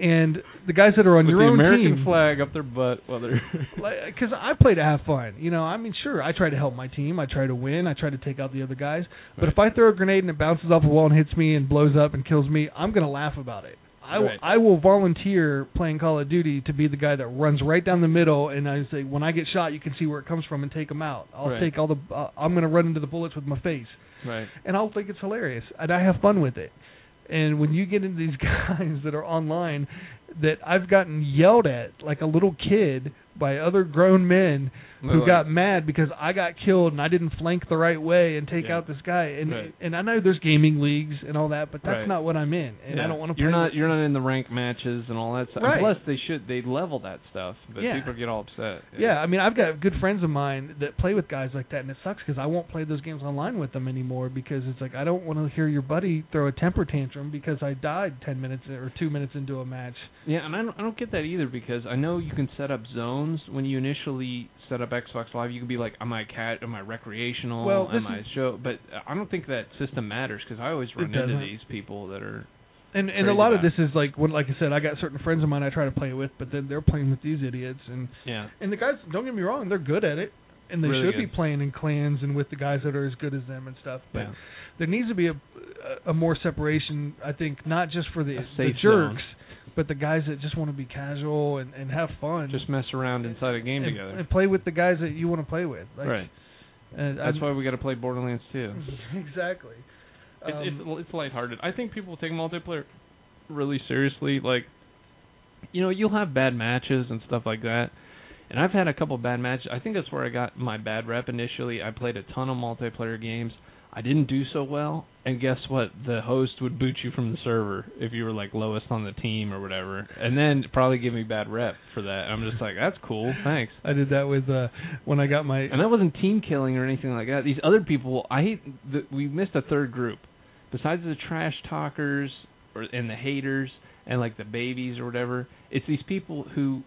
and the guys that are on with your the own American team. flag up their butt while they're. Because I play to have fun, you know. I mean, sure, I try to help my team. I try to win. I try to take out the other guys. But Right. if I throw a grenade and it bounces off a wall and hits me and blows up and kills me, I'm gonna laugh about it. I will- Right. I will volunteer playing Call of Duty to be the guy that runs right down the middle and I say when I get shot you can see where it comes from and take them out. I'll Right. take all the uh, I'm going to run into the bullets with my face right. and I'll think it's hilarious and I have fun with it. And when you get into these guys that are online that I've gotten yelled at like a little kid by other grown men They're who like- got mad because I got killed and I didn't flank the right way and take Yeah. out this guy and Right. and I know there's gaming leagues and all that but that's Right. not what I'm in and yeah. I don't want to play You're not. with- You're not in the rank matches and all that stuff. Right. Plus, they should. They level that stuff, but Yeah. people get all upset. Yeah, I mean, I've got good friends of mine that play with guys like that, and it sucks because I won't play those games online with them anymore because it's like I don't want to hear your buddy throw a temper tantrum because I died ten minutes or two minutes into a match. Yeah, and I don't, I don't get that either because I know you can set up zones when you initially set up Xbox Live. You can be like, "Am I cat? Am I recreational? Well, this am I is- show?" But I don't think that system matters because I always run into doesn't. these people that are And and a Crazy lot of bad. this is like when, like I said, I got certain friends of mine I try to play with, but then they're playing with these idiots, and yeah and the guys don't get me wrong, they're good at it, and they Really should good. be playing in clans and with the guys that are as good as them and stuff, but. yeah there needs to be a a more separation. I think not just for the, A the safe zone. jerks, but the guys that just want to be casual and and have fun. just mess around inside a game and, together. and play with the guys that you want to play with. Like, right. And That's I'm- why we got to play Borderlands 2. exactly. It's, Um, it's it's lighthearted. I think people take multiplayer really seriously. Like, you know, you'll have bad matches and stuff like that. And I've had a couple bad matches. I think that's where I got my bad rep initially. I played a ton of multiplayer games. I didn't do so well, and guess what? The host would boot you from the server if you were like lowest on the team or whatever, and then probably give me bad rep for that. And I'm just like, that's cool, thanks. I did that with uh when I got my And that wasn't team killing or anything like that. These other people, I hate. The, we missed a third group, besides the trash talkers or and the haters and like the babies or whatever. It's these people who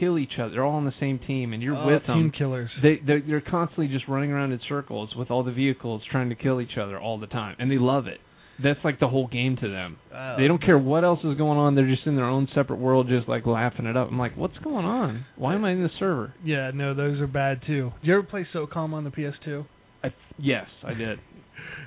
kill each other. They're all on the same Oh, team, and you're uh, with team them. killers. They they're, they're constantly just running around in circles with all the vehicles trying to kill each other all the time, and they love it. That's like the whole game to them. Uh, They don't care what else is going on. They're just in their own separate world, just like laughing it up. I'm like, what's going on? Why am I in the server? Yeah, no, those are bad too. Do you ever play SOCOM on the PS2? I I, yes, I did.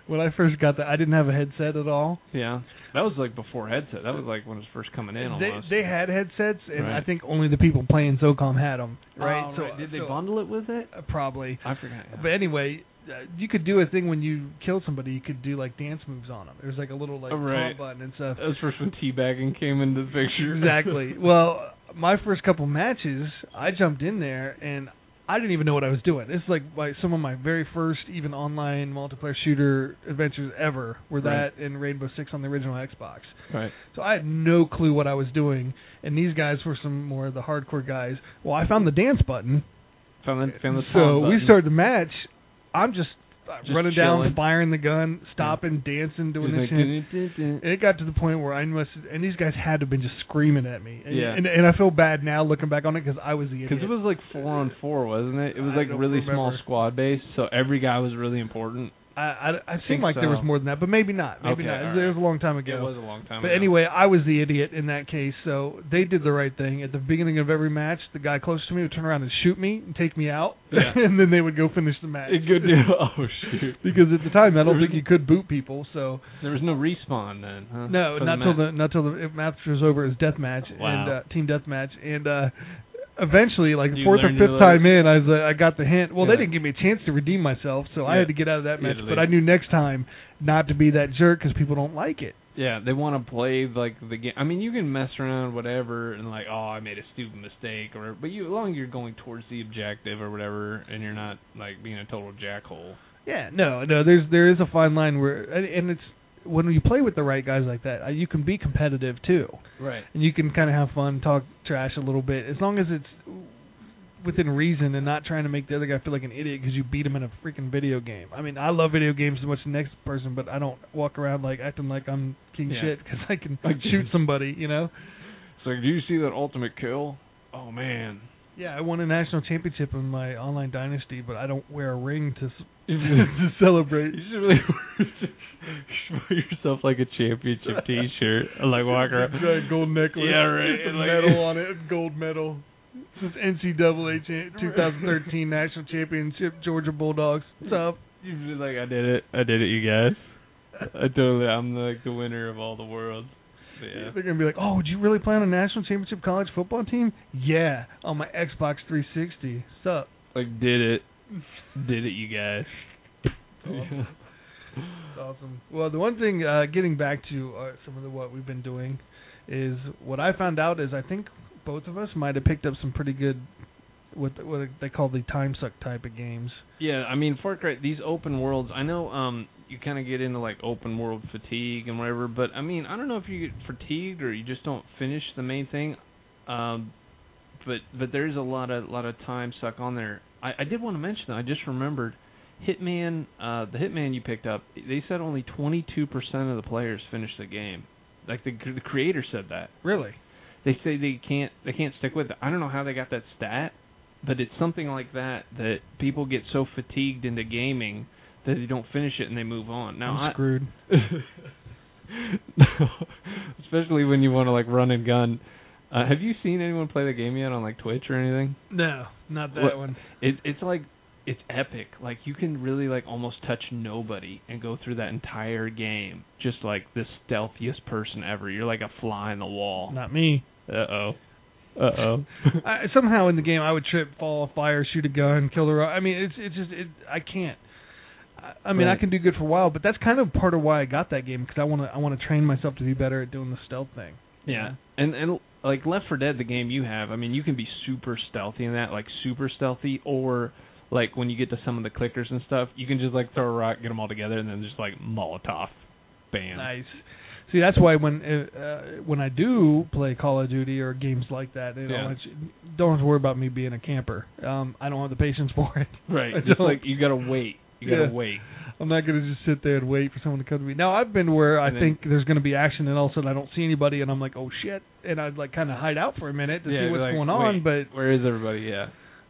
When I first got that, I didn't have a headset at all. Yeah, that was like before headset. That was like when it was first coming in. They Almost. they had headsets, and Right. I think only the people playing SOCOM had them. Right? Oh, so did they so- bundle it with it? uh, probably. I forgot. But anyway, uh, you could do a thing when you kill somebody. You could do like dance moves on them. There was like a little like Oh, right. pop button and stuff. That was first when teabagging came into the picture. exactly. Well, my first couple matches, I jumped in there and I didn't even know what I was doing. It's like my, some of my very first even online multiplayer shooter adventures ever were Right. that and Rainbow Six on the original Xbox. right. So I had no clue what I was doing, and these guys were some more of the hardcore guys. Well, I found the dance button, Found the, found the so sound we button. started the match. I'm just, uh, Just running chilling. down, firing the gun, stopping, dancing, doing Just like, this shit. dun-dun-dun-dun. And it got to the point where I must, and these guys had to have been just screaming at me. And, Yeah. and, and I feel bad now looking back on it because I was the idiot. Because it was like four on four, wasn't it? It was I like don't really small remember. squad base, so every guy was really important. I, I, I think seemed like there so. was more than that, but maybe not. Maybe Okay, all not. It right. was a long time ago. It was a long time. But ago. anyway, I was the idiot in that case, so they did the right thing. At the beginning of every match, the guy close to me would turn around and shoot me and take me out, Yeah. and then they would go finish the match. It good deal. Oh shoot! Because at the time, I don't There think you could boot people, so There was no respawn then. Huh? no, For not the till ma- the not till the match was over. It was death match Wow. and uh, team death match, and uh eventually, like You fourth or learned your fifth lesson. time in, I was uh, I got the hint. Well, Yeah. they didn't give me a chance to redeem myself, so I Yeah. had to get out of that You had match. to But I leave. knew next time not to be that jerk because people don't like it. yeah, they want to play like the game. I mean, you can mess around whatever and like, oh, I made a stupid mistake or whatever. But you, as long as you're going towards the objective or whatever, and you're not like being a total jackhole. Yeah, no, no. There's there is a fine line where, and, and it's when you play with the right guys like that, uh, you can be competitive too, Right. and you can kind of have fun, talk trash a little bit, as long as it's within reason and not trying to make the other guy feel like an idiot because you beat him in a freaking video game. I mean, I love video games as much as the next person, but I don't walk around like acting like I'm king Yeah. shit because I can Like- shoot somebody, you know. So, do you see that ultimate kill? Oh man. Yeah, I won a national championship in my online dynasty, but I don't wear a ring to s- to celebrate. You should really wear yourself like a championship T-shirt, and, like walk around. Giant gold necklace. Yeah, right, With a like- medal on it, gold medal. This is NCAA cha- 2013 national championship, Georgia Bulldogs. What's up? You'd be like, I did it, I did it, you guys. I totally, I'm like the winner of all the worlds. But yeah. They're gonna be like, "Oh, would you really play on a national championship college football team?" Yeah, on my Xbox 360. Sup? Like did it, did it, you guys. Yeah. That's awesome. Well, the one thing, uh, getting back to uh, some of the what we've been doing, is what I found out is I think both of us might have picked up some pretty good, what what they call the time suck type of games. Yeah, I mean, Far Cry, these open worlds, I know um you kind of get into like open world fatigue and whatever, but I mean, I don't know if you get fatigued or you just don't finish the main thing. Um but but there's a lot of lot of time suck on there. I I did want to mention though, I just remembered Hitman uh the Hitman you picked up, they said only 22% of the players finish the game. Like the the creator said that Really? they say they can't they can't stick with it. I don't know how they got that stat, but it's something like that that people get so fatigued into gaming that they don't finish it and they move on. Now, I'm I, screwed. especially when you want to like run and gun. Uh, have you seen anyone play the game yet on like Twitch or anything? No, not that What- one. It, it's like it's epic. Like you can really like almost touch nobody and go through that entire game just like the stealthiest person ever. You're like a fly in the wall. Not me. Uh oh. Uh oh. I, somehow in the game, I would trip, fall, off fire, shoot a gun, kill the. Ro- I mean, it's it's just it, I can't. I, I mean, Right. I can do good for a while, but that's kind of part of why I got that game because I want to I want to train myself to be better at doing the stealth thing. Yeah, and and like Left for Dead, the game you have, I mean, you can be super stealthy in that, like super stealthy, or like when you get to some of the clickers and stuff, you can just like throw a rock, get them all together, and then just like Molotov, bam. Nice. See, that's why when uh, uh, when I do play Call of Duty or games like that, you know, Yeah. it's- don't have to worry about me being a camper. Um, I don't have the patience for it. Right, I just don't- like you gotta wait, you gotta Yeah. wait. I'm not going to just sit there and wait for someone to come to me. Now I've been where I And then- think there's going to be action, and all of a sudden I don't see anybody, and I'm like, oh shit, and I'd like kind of hide out for a minute to yeah, see what's like, going on. wait, where is everybody? Yeah,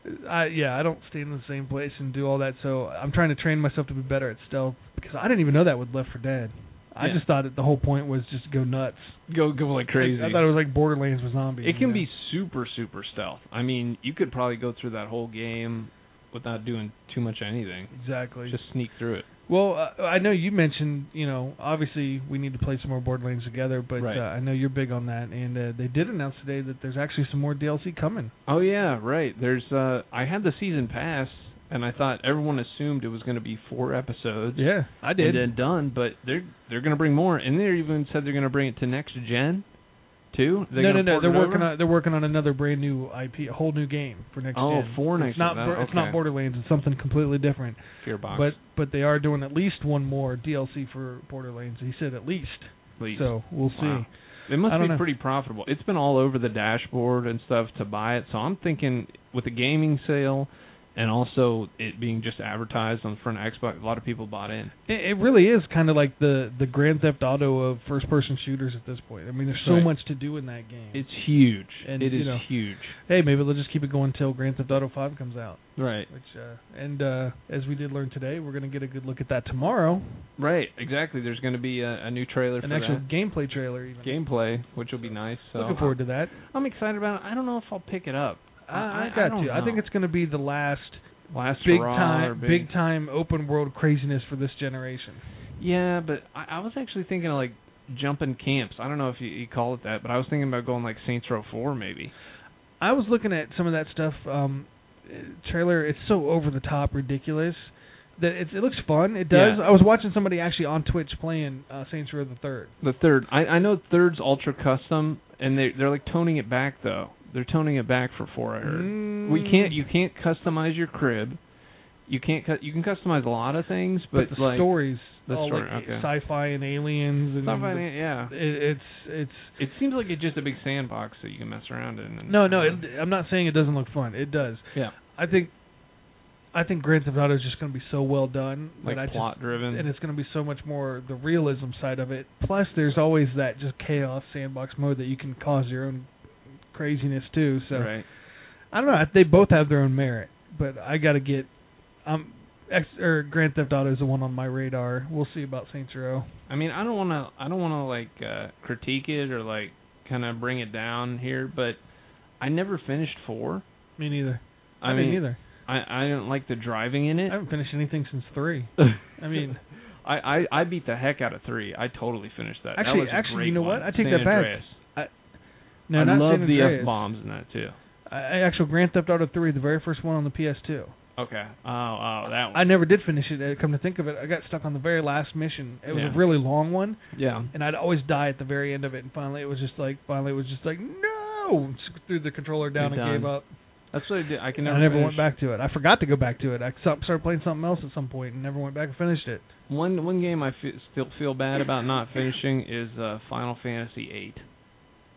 But I yeah, I don't stay in the same place and do all that. So I'm trying to train myself to be better at stealth because I didn't even know that with Left for Dead. I Yeah. just thought that the whole point was just go nuts. go go like crazy. I, I thought it was like Borderlands with zombies. It you can know? be super super stealth. I mean, you could probably go through that whole game without doing too much of anything. Exactly. Just sneak through it. Well, uh, I know you mentioned, you know, obviously we need to play some more Borderlands together, but Right. uh, I know you're big on that, and uh, they did announce today that there's actually some more DLC coming. Oh yeah, right. There's uh I had the season pass and I thought everyone assumed it was going to be four episodes. Yeah, I did. And then done, but they're they're going to bring more and they even said they're going to bring it to next gen too. They're no, gonna no, no. port They're it working over? on they're working on another brand new IP, a whole new game for next Oh, gen. for It's next not gen. Bor- Oh, it's not okay. Borderlands. It's something completely different. Fearbox. But but they are doing at least one more DLC for Borderlands. He said at least. Please. So we'll Wow. It see. I must don't be know. pretty profitable. It's been all over the dashboard and stuff to buy it. So I'm thinking with the gaming sale and also it being just advertised on the front of Xbox, a lot of people bought in. It, it really is kind of like the the Grand Theft Auto of first person shooters at this point. I mean, there's so Right. much to do in that game. It's huge. And, it you is know, huge. hey, maybe they'll just keep it going until Grand Theft Auto Five comes out. Right. Which uh, and uh, as we did learn today, we're gonna get a good look at that tomorrow. Right. Exactly. There's going to be a, a new trailer An for actual that. gameplay trailer, even. gameplay, which will be nice. So Looking forward to that. I'm excited about it. I don't know if I'll pick it up. I, I got don't to. I think know. it's going to be the last last big hurrah or time, big big time open world craziness for this generation. Yeah, but I, I was actually thinking of like jumping camps. I don't know if you, you call it that, but I was thinking about going like Saints Row Four maybe. I was looking at some of that stuff. Um, uh, trailer. It's so over the top, ridiculous. That it's, it looks fun. It does. Yeah. I was watching somebody actually on Twitch playing uh, Saints Row the Third. The third, I, I know third's ultra custom, and they they're like toning it back though. They're toning it back for four. I heard. We Mm. can't. You can't customize your crib. You can't. Cu- you can customize a lot of things, but, But, the like stories, the all story, like okay. sci-fi and aliens and stuff like that, yeah. it, it's it's It seems like it's just a big sandbox that you can mess around in. And, No, no, it, I'm not saying it doesn't look fun. It does. Yeah. I think I think Grand Theft Auto is just going to be so well done that I like just- plot driven. and it's going to be so much more the realism side of it. Plus, there's always that just chaos sandbox mode that you can cause your own craziness too. So right. I don't know. They both have their own merit, but I got to get um X or Grand Theft Auto is the one on my radar. We'll see about Saints Row. I mean, I don't want to. I don't want to like uh, critique it or like kind of bring it down here, but I never finished four. Me neither. I, didn't mean, either. I I didn't like the driving in I it. haven't finished anything since three. I mean. I, I I beat the heck out of three. I totally finished that. That Actually- was a actually, great you know what? one. I take San that back. Andreas. No, I not love San the uh, Andreas. f bombs in that too. I- I actual Grand Theft Auto 3, the very first one on the PS2. Okay. Oh oh that one. I never did finish it. uh, Come to think of it, I got stuck on the very last mission. It was Yeah. a really long one, yeah. and I'd always die at the very end of it. And finally, it was just like finally it was just like no, and s- threw the controller down You're and gave done. up. That's what I did. I can never. And I never finish. went back to it. I forgot to go back to it. I so- started playing something else at some point and never went back and finished it. One one game I fe- still feel bad about not finishing is uh, Final Fantasy VIII.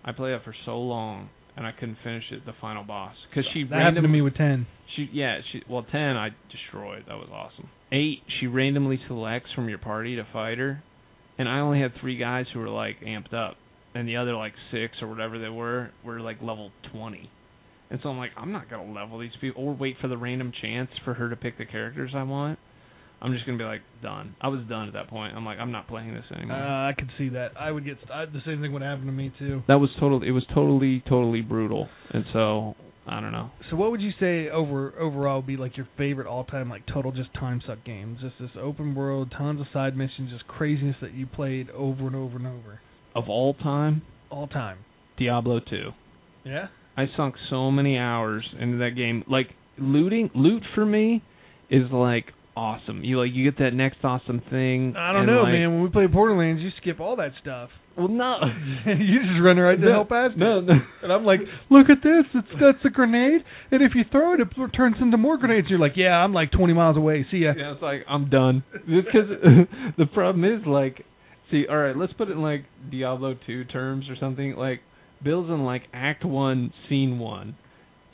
I played that for so long and I couldn't finish it. The final boss because she That happened to randomly me with 10. she yeah she well ten I destroyed that was awesome. Eight she randomly selects from your party to fight her, and I only had three guys who were like amped up, and the other like six or whatever they were were like level twenty. And so I'm like, I'm not gonna level these people or wait for the random chance for her to pick the characters I want. I'm just gonna be like done. I was done at that point. I'm like, I'm not playing this Uh, anymore. I could see that. I would get st- I, the same thing would happen to me too. that was totally. It was totally, totally brutal. And so I don't know. So what would you say over overall would be like your favorite all time like total just time suck games? Just this open world, tons of side missions, just craziness that you played over and over and over. Of all time, All time. Diablo two. Yeah? I sunk so many hours into that game. Like looting, loot for me is like awesome. You like you get that next awesome thing. I don't and, know, like- man. When we played Borderlands you skip all that stuff. Well, no, And you just run right to No, hell past no, it. no. And I'm like, look at this. It's that's a grenade, and if you throw it, it turns into more grenades. You're like, yeah, I'm like 20 miles away. See ya. Yeah, it's like I'm done because the problem is like, see, all right, let's put it in like Diablo two terms or something. Like Bill's in like Act one, Scene one,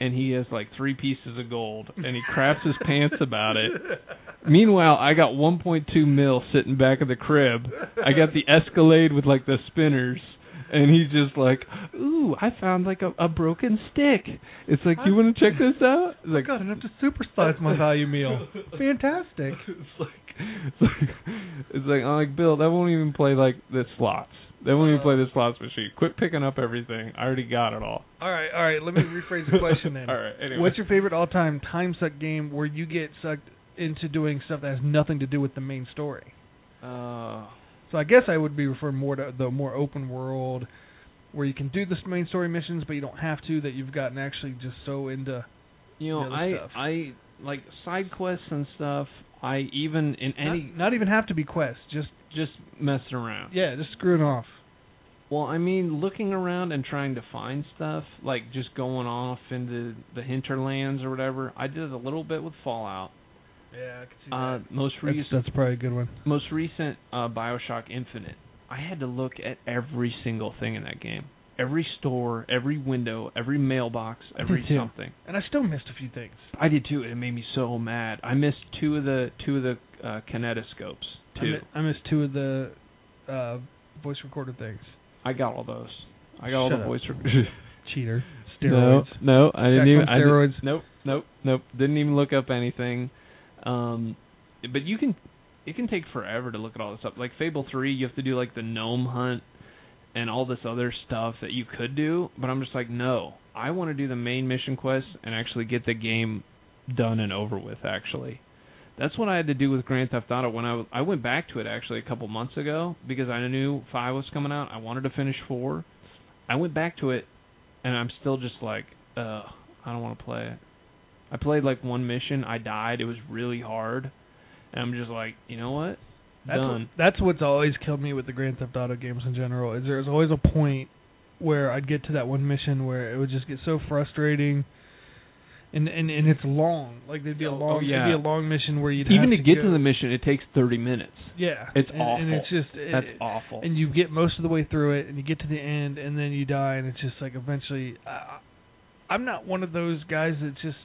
and he has like three pieces of gold, and he craps his pants about it. Meanwhile, I got 1.2 mil sitting back in the crib. I got the Escalade with like the spinners. And he's just like, "Ooh, I found like a, a broken stick." It's like, "You want to check this out?" It's like, Got enough to supersize my value meal. Fantastic. it's like it's like I'm like Bill, that won't even play like the slots. Then Oh. when we play this slot machine, quit picking up everything. I already got it all. All right, all right. Let me rephrase the question then. all right. Anyway. What's your favorite all-time time suck game where you get sucked into doing stuff that has nothing to do with the main story? Uh, Oh. So I guess I would be referring more to the more open world where you can do the main story missions, but you don't have to. That you've gotten actually just so into. you know, The other I stuff. I like side quests and stuff. I even in any not, not even have to be quests. Just just messing around. yeah, just screwing off. Well, I mean, looking around and trying to find stuff, like just going off into the hinterlands or whatever. I did a little bit with Fallout. Yeah, I can see Uh, most recent, That's, that's probably a good one. most recent uh, Bioshock Infinite. I had to look at every single thing in that game. Every store, every window, every mailbox, I did every too. something. And I still missed a few things. I did too. and It made me so mad. I missed two of the two of the uh, kinetoscopes I, too. mi- I missed two of the uh, voice recorder things. I got all those. I got all Shut the up. voice. Rec- Cheater. Steroids. No, no, I didn't Jack even. on I didn't- steroids. nope, nope, nope. Didn't even look up anything. Um, but you can, it can take forever to look at all this up. Like Fable Three, you have to do like the gnome hunt and all this other stuff that you could do. But I'm just like, no, I want to do the main mission quest and actually get the game done and over with. Actually. That's what I had to do with Grand Theft Auto when I was, I went back to it actually a couple months ago because I knew five was coming out. I wanted to finish four. I went back to it and I'm still just like, uh, I don't want to play it. I played like one mission, I died. It was really hard, and I'm just like, you know what? That's what, Done. that's what's always killed me with the Grand Theft Auto games in general. Is there's always a point where I'd get to that one mission where it would just get so frustrating, and and and it's long. Like there'd be a Oh, long, oh, yeah. it'd be a long mission where you'd Even have to get go, to the mission, it takes 30 minutes. yeah, It's and, and it's awful. just it, That's awful. and you get most of the way through it, and you get to the end, and then you die, and it's just like eventually. I, I- I'm not one of those guys that just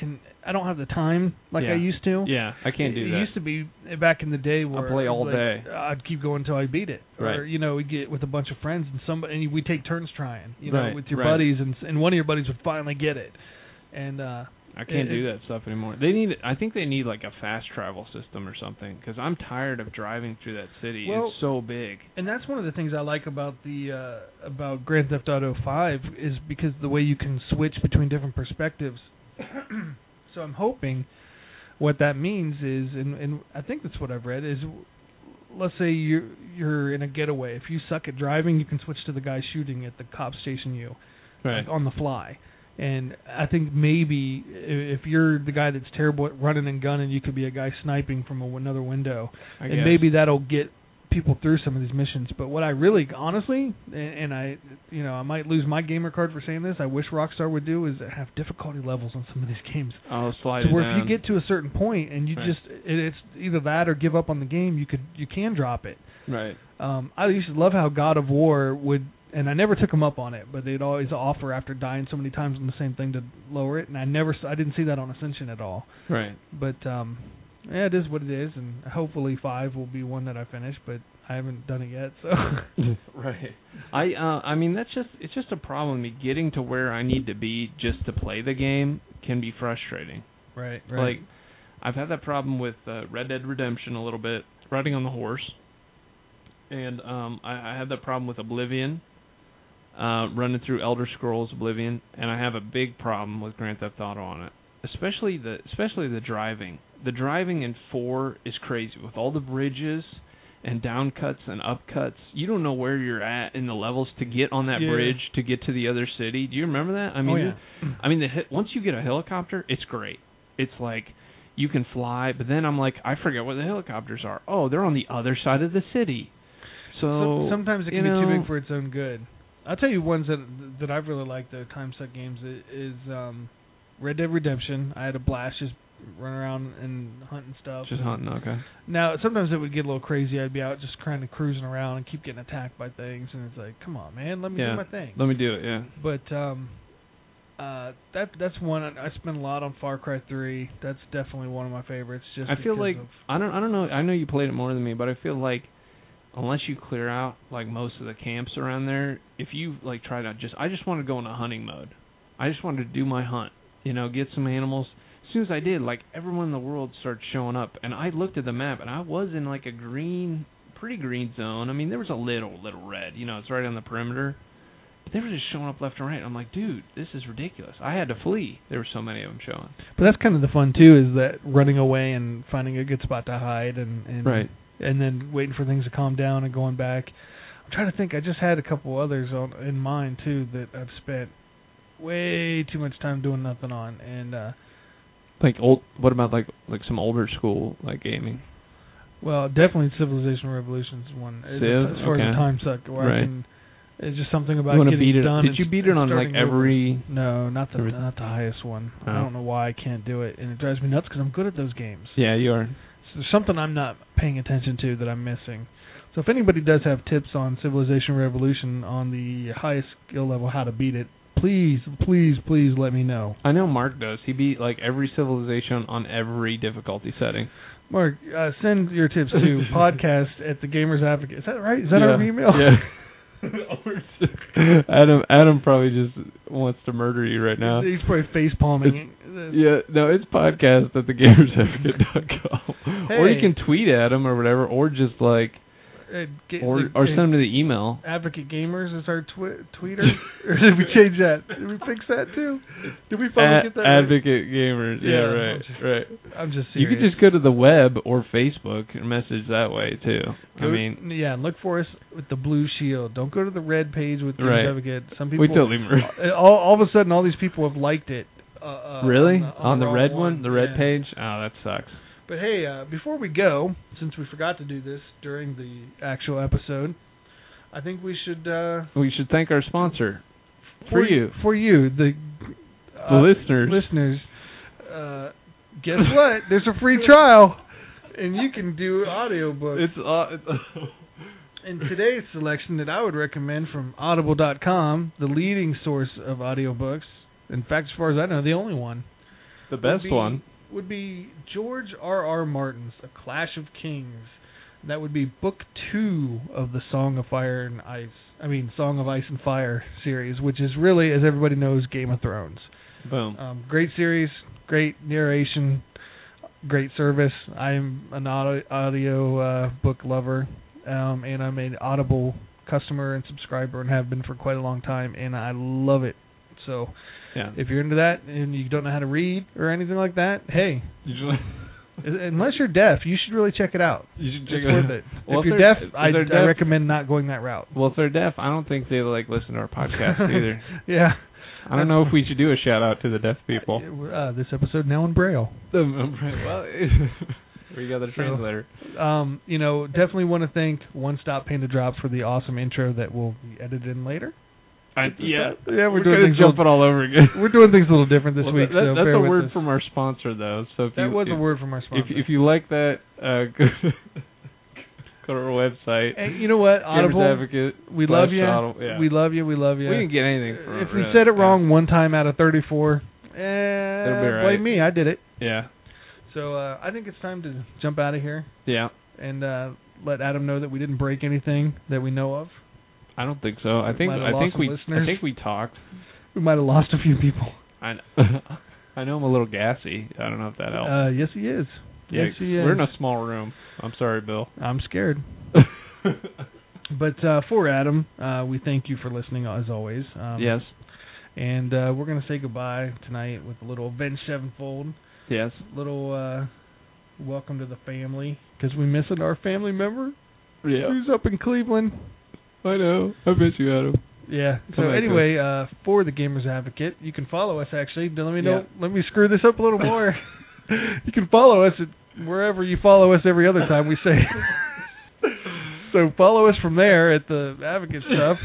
can. I don't have the time like Yeah. I used to. yeah, I can't do it, that. It used to be uh, back in the day where play all like, uh, day. I'd keep going until I beat it, or Right. you know, we'd get with a bunch of friends and somebody and we take turns trying, you know, Right, with your right. buddies, and and one of your buddies would finally get it, and uh I can't it- do it- that stuff anymore. They need, I think they need like a fast travel system or something because I'm tired of driving through that city. Well- it's so big. and that's one of the things I like about the uh about Grand Theft Auto Five is because the way you can switch between different perspectives. so I'm hoping what that means is, and and I think that's what I've read is. Let's say you're you're in a getaway. If you suck at driving, you can switch to the guy shooting at the cops chasing you. Right. like, on the fly. And I think maybe i- if you're the guy that's terrible at running and gunning, you could be a guy sniping from a, another window, I and guess. maybe that'll get people through some of these missions. But what I really, honestly, and, and I, you know, I might lose my gamer card for saying this. I wish Rockstar would do is have difficulty levels on some of these games. I'll slide To it where down. if you get to a certain point and you Right. just it, it's either that or give up on the game, you could you can drop it. right. Um, I used to love how God of War would, and I never took them up on it, but they'd always offer after dying so many times on the same thing to lower it, and I never, s- I didn't see that on Ascension at all. Right. But um, yeah, it is what it is, and hopefully five will be one that I finish, but I haven't done it yet, so. right. I uh I mean that's just it's just a problem. Me getting to where I need to be just to play the game can be frustrating. right, Like I've had that problem with uh, Red Dead Redemption a little bit, riding on the horse. And um I, I had that problem with Oblivion. Uh, running through Elder Scrolls Oblivion, and I have a big problem with Grand Theft Auto on it, especially the especially the driving. The driving in four is crazy with all the bridges and down cuts and up cuts. You don't know where you're at in the levels to get on that Yeah. bridge to get to the other city. Do you remember that? I Oh, mean, yeah. I mean, the he- once you get a helicopter, it's great. It's like you can fly, but then I'm like, I forget where the helicopters are. Oh, they're on the other side of the city. So Some- sometimes it you can be know, too big for its own good. I'll tell you ones that that I've really liked though time suck games i- is um, Red Dead Redemption. I had a blast just running around and hunting stuff. Just and- hunting, okay. Now, sometimes it would get a little crazy. I'd be out just kind of cruising around and keep getting attacked by things, and it's like, come on, man, let me Yeah. do my thing. Let me do it, yeah. But um, uh, that that's one I, I spend a lot on Far Cry Three. That's definitely one of my favorites. Just I feel because like of- I don't I don't know I know you played it more than me, but I feel like unless you clear out like most of the camps around there, if you like try to just I just wanted to go into hunting mode. I just wanted to do my hunt, you know, get some animals. As soon as I did, like everyone in the world started showing up, and I looked at the map and I was in like a green pretty green zone. I mean, there was a little, little red. You know, it's right on the perimeter. But they were just showing up left and right. I'm like, dude, this is ridiculous. I had to flee. There were so many of them showing. But that's kind of the fun too, is that running away and finding a good spot to hide and, and Right. and then waiting for things to calm down and going back. I'm trying to think. I just had a couple others on in mind too that I've spent way too much time doing nothing on, and uh Like old. What about like like some older school like gaming? well, definitely Civilization Revolution's one as, Civ? as far Okay. as time suck. Where Right. I can, it's just something about You want to getting beat it? done. Did and you s- beat it and on like starting over. every? No, not the Every- not the highest one. I Oh. don't know why I can't do it, and it drives me nuts because I'm good at those games. Yeah, you are. So there's something I'm not paying attention to that I'm missing. So if anybody does have tips on Civilization Revolution on the highest skill level, how to beat it, please, please, please let me know. I know Mark does. He beat like every civilization on every difficulty setting. Mark, uh, send your tips to podcast at the Gamers Advocate. Is that right? Is that our Yeah, email? Yeah. Adam Adam probably just wants to murder you right now. He's probably uh, face palming. Yeah, no, it's podcast at thegamersadvocate.com. Or you Hey. can tweet at him or whatever, or just like, uh, or or send him to the email. Advocate Gamers is our twi- tweeter. or did we change that? Did we fix that too? Did we finally At get that? right? Advocate Gamers. Yeah, Yeah, right, right. I'm just You serious. could just go to the web or Facebook and message that way too. I Go- mean, yeah, look for us with the blue shield. Don't go to the red page with the Right. Advocate. Some people, uh, we totally murder. all, all of a sudden, all these people have liked it. Uh, uh, Really? On the, on the wrong red the red yeah. page? Oh, that sucks. But hey, uh, before we go, since we forgot to do this during the actual episode, I think we should uh, We should thank our sponsor, for you. for you the the uh, listeners. listeners. Uh, guess what? There's a free trial, and you can do audiobooks. It's uh, it's And today's selection that I would recommend from Audible.com, the leading source of audiobooks, in fact, as far as I know, the only one, the best be- one. would be George R. R. Martin's A Clash of Kings. That would be book two of the Song of Fire and Ice. I mean, Song of Ice and Fire series, which is really, as everybody knows, Game of Thrones. Boom. Um, great series, great narration, great service. I'm an audio, audio uh, book lover, um, and I'm an Audible customer and subscriber, and have been for quite a long time, and I love it. So yeah. if you're into that and you don't know how to read or anything like that, hey, You should, unless you're deaf, you should really check it out. you should It's check it worth out. it. Well, if you're they're- deaf, I, they're I deaf- recommend not going that route. Well, if they're deaf, I don't think they like listen to our podcast either. yeah. I don't know if we should do a shout out to the deaf people. Uh, this episode now in Braille. Um, well, we got the translator. um, you know, definitely want to thank One Stop Panda Drop for the awesome intro that will be edited in later. I, yeah, Yeah, we're we're doing kinda things jumping all over again. We're doing things a little different this Well, week, that- that- so that's bear a with word us. from our sponsor, though. So if that you, was if, a word from our If sponsor. if you like that, uh, go, go to our website. Hey, you know what, Gamers Audible, Advocate. we love slash you. Audible, yeah. We love you. We love you. We didn't get anything from if it, we really. said it wrong one time out of 34, eh, be all right. blame me. I did it. Yeah. So uh, I think it's time to jump out of here Yeah. and uh, let Adam know that we didn't break anything that we know of. I don't think so. I think Might have I lost think some we I listeners. think we talked. We might have lost a few people. I know, I know I'm a little gassy. I don't know if that helps. Uh, yes, he is. Oh. yeah, yes, he is. we're in a small room. I'm sorry, Bill. I'm scared. Um, But uh, for Adam, uh, we thank you for listening as always. Um, yes. And uh, we're gonna say goodbye tonight with a little Avenged Sevenfold, Yes. little uh, welcome to the family because we missing our family member Yeah. who's up in Cleveland. I know. I miss you, Adam. Yeah. Come so back, anyway, uh, for the Gamers Advocate, you can follow us actually. Let me know. Let me screw this up a little more. you can follow us at wherever you follow us every other time we say. so follow us from there at the Advocate stuff.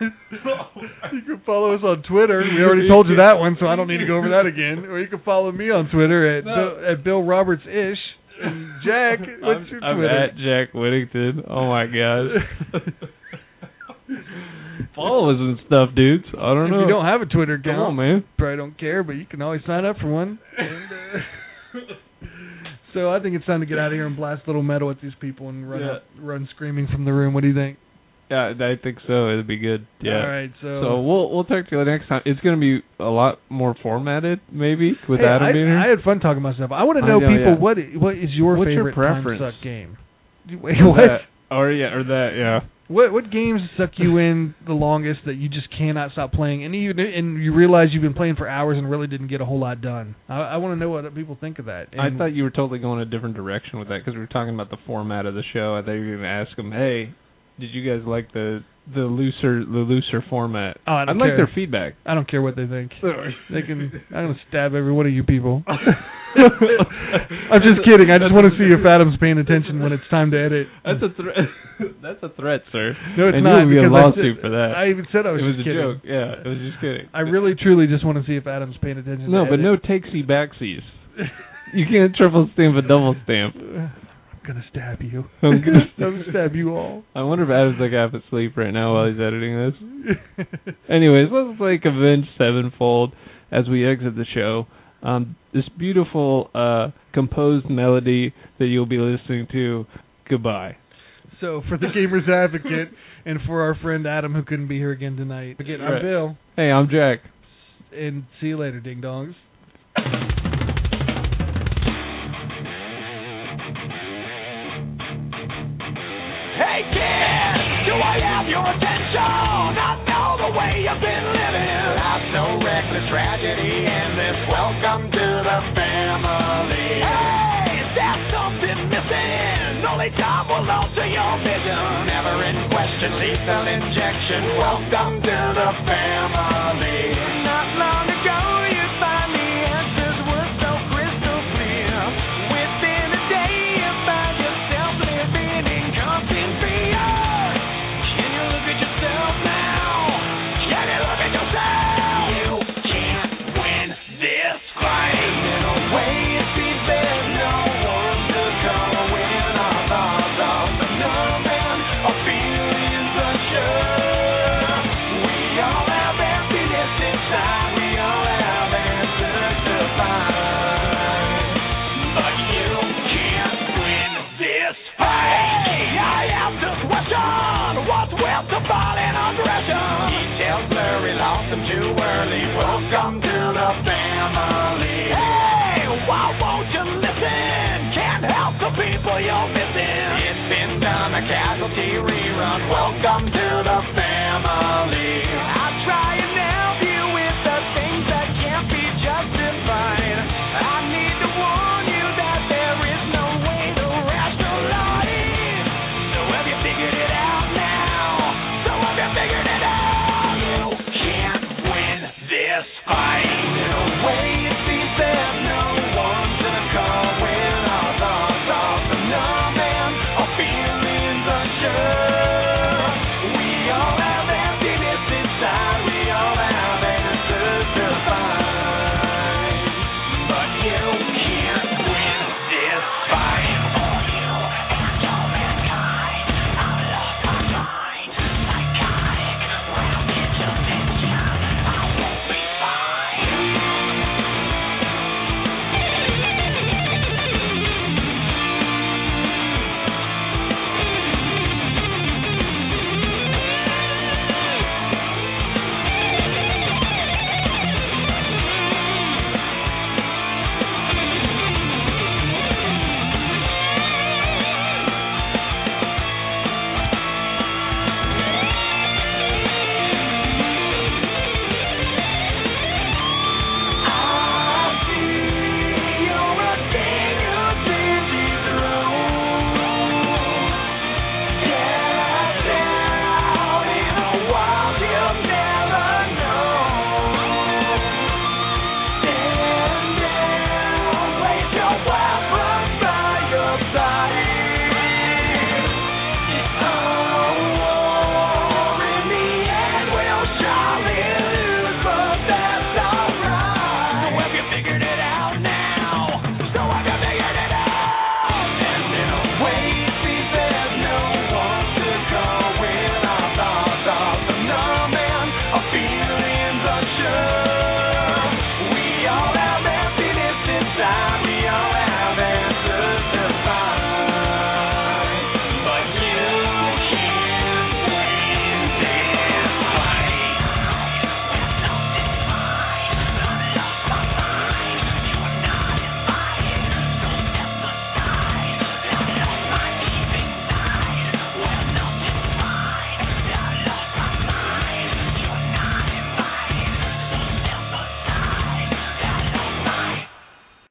you can follow us on Twitter. We already told you that one, so I don't need to go over that again. Or you can follow me on Twitter at No. Bill, at Bill Roberts Ish. And Jack, what's I'm, your I'm Twitter? at Jack Whittington. Oh my gosh. Follow us and stuff, dudes. I don't If know. you don't have a Twitter Come account, on, man. probably don't care, but you can always sign up for one. And, uh, so I think it's time to get out of here and blast little metal at these people and run Yeah. up, run screaming from the room. What do you think? Yeah, I think so. It'd be good. Yeah. All right. So, So we'll we'll talk to you next time. It's gonna be a lot more formatted, maybe, with hey, Adam I, being here. I had fun talking about stuff. I want I to know, know, people yeah. what i- what is your What's your favorite time preference? suck game? You- Wait, Is what? that- Or yeah, or that yeah. What what games suck you in the longest that you just cannot stop playing, and even and you realize you've been playing for hours and really didn't get a whole lot done? I, I want to know what other people think of that. I And thought you were totally going a different direction with that because we were talking about the format of the show. I thought you were going to ask them, "Hey, did you guys like the the looser the looser format?" Oh, I would don't like care. their feedback. I don't care what they think. Sorry. They can. I'm gonna stab every one of you people. I'm I'm just kidding. I just want to see if Adam's paying attention when it's time to edit. That's a threat. that's a threat, sir. No, it's and not. You'll be a because I lawsuit said- for that. I even said I was, it was a just kidding. joke. Yeah, I was just kidding. I really, truly just want to see if Adam's paying attention. no, to but no takesy backsies. You can't triple stamp a double stamp. I'm gonna stab you. I'm gonna stab you all. I wonder if Adam's like half asleep right now while he's editing this. Anyways, let's like avenge sevenfold as we exit the show. Um, this beautiful uh, composed melody that you'll be listening to. Goodbye. so for the gamers advocate and for our friend Adam who couldn't be here again tonight. Again, I'm Right. Bill, Hey, I'm Jack. and see you later, ding dongs. Hey kid, do I have your attention? I know the way you've been living. Life's so reckless, tragedy endless. Welcome to the family. Hey, is there something missing? Only time will alter your vision. Never in question, lethal injection. Welcome to the family. Not long ago, you find the answers were so crystal clear. Within a day, you find yourself living in constant fear. Can you look at yourself now? Can you look at yourself? You can't win this fight. In a way, it seems there's no one to gonna win our thoughts of the numb and our feelings unsure. We all have emptiness inside. We all have answers to find. But you can't win this fight. I am just watching what's with the violent aggression. Details blurry, lost them too early. Welcome to the family. Hey, why won't you listen? Can't help the people you're missing. It's been done, a casualty rerun. Welcome to the family.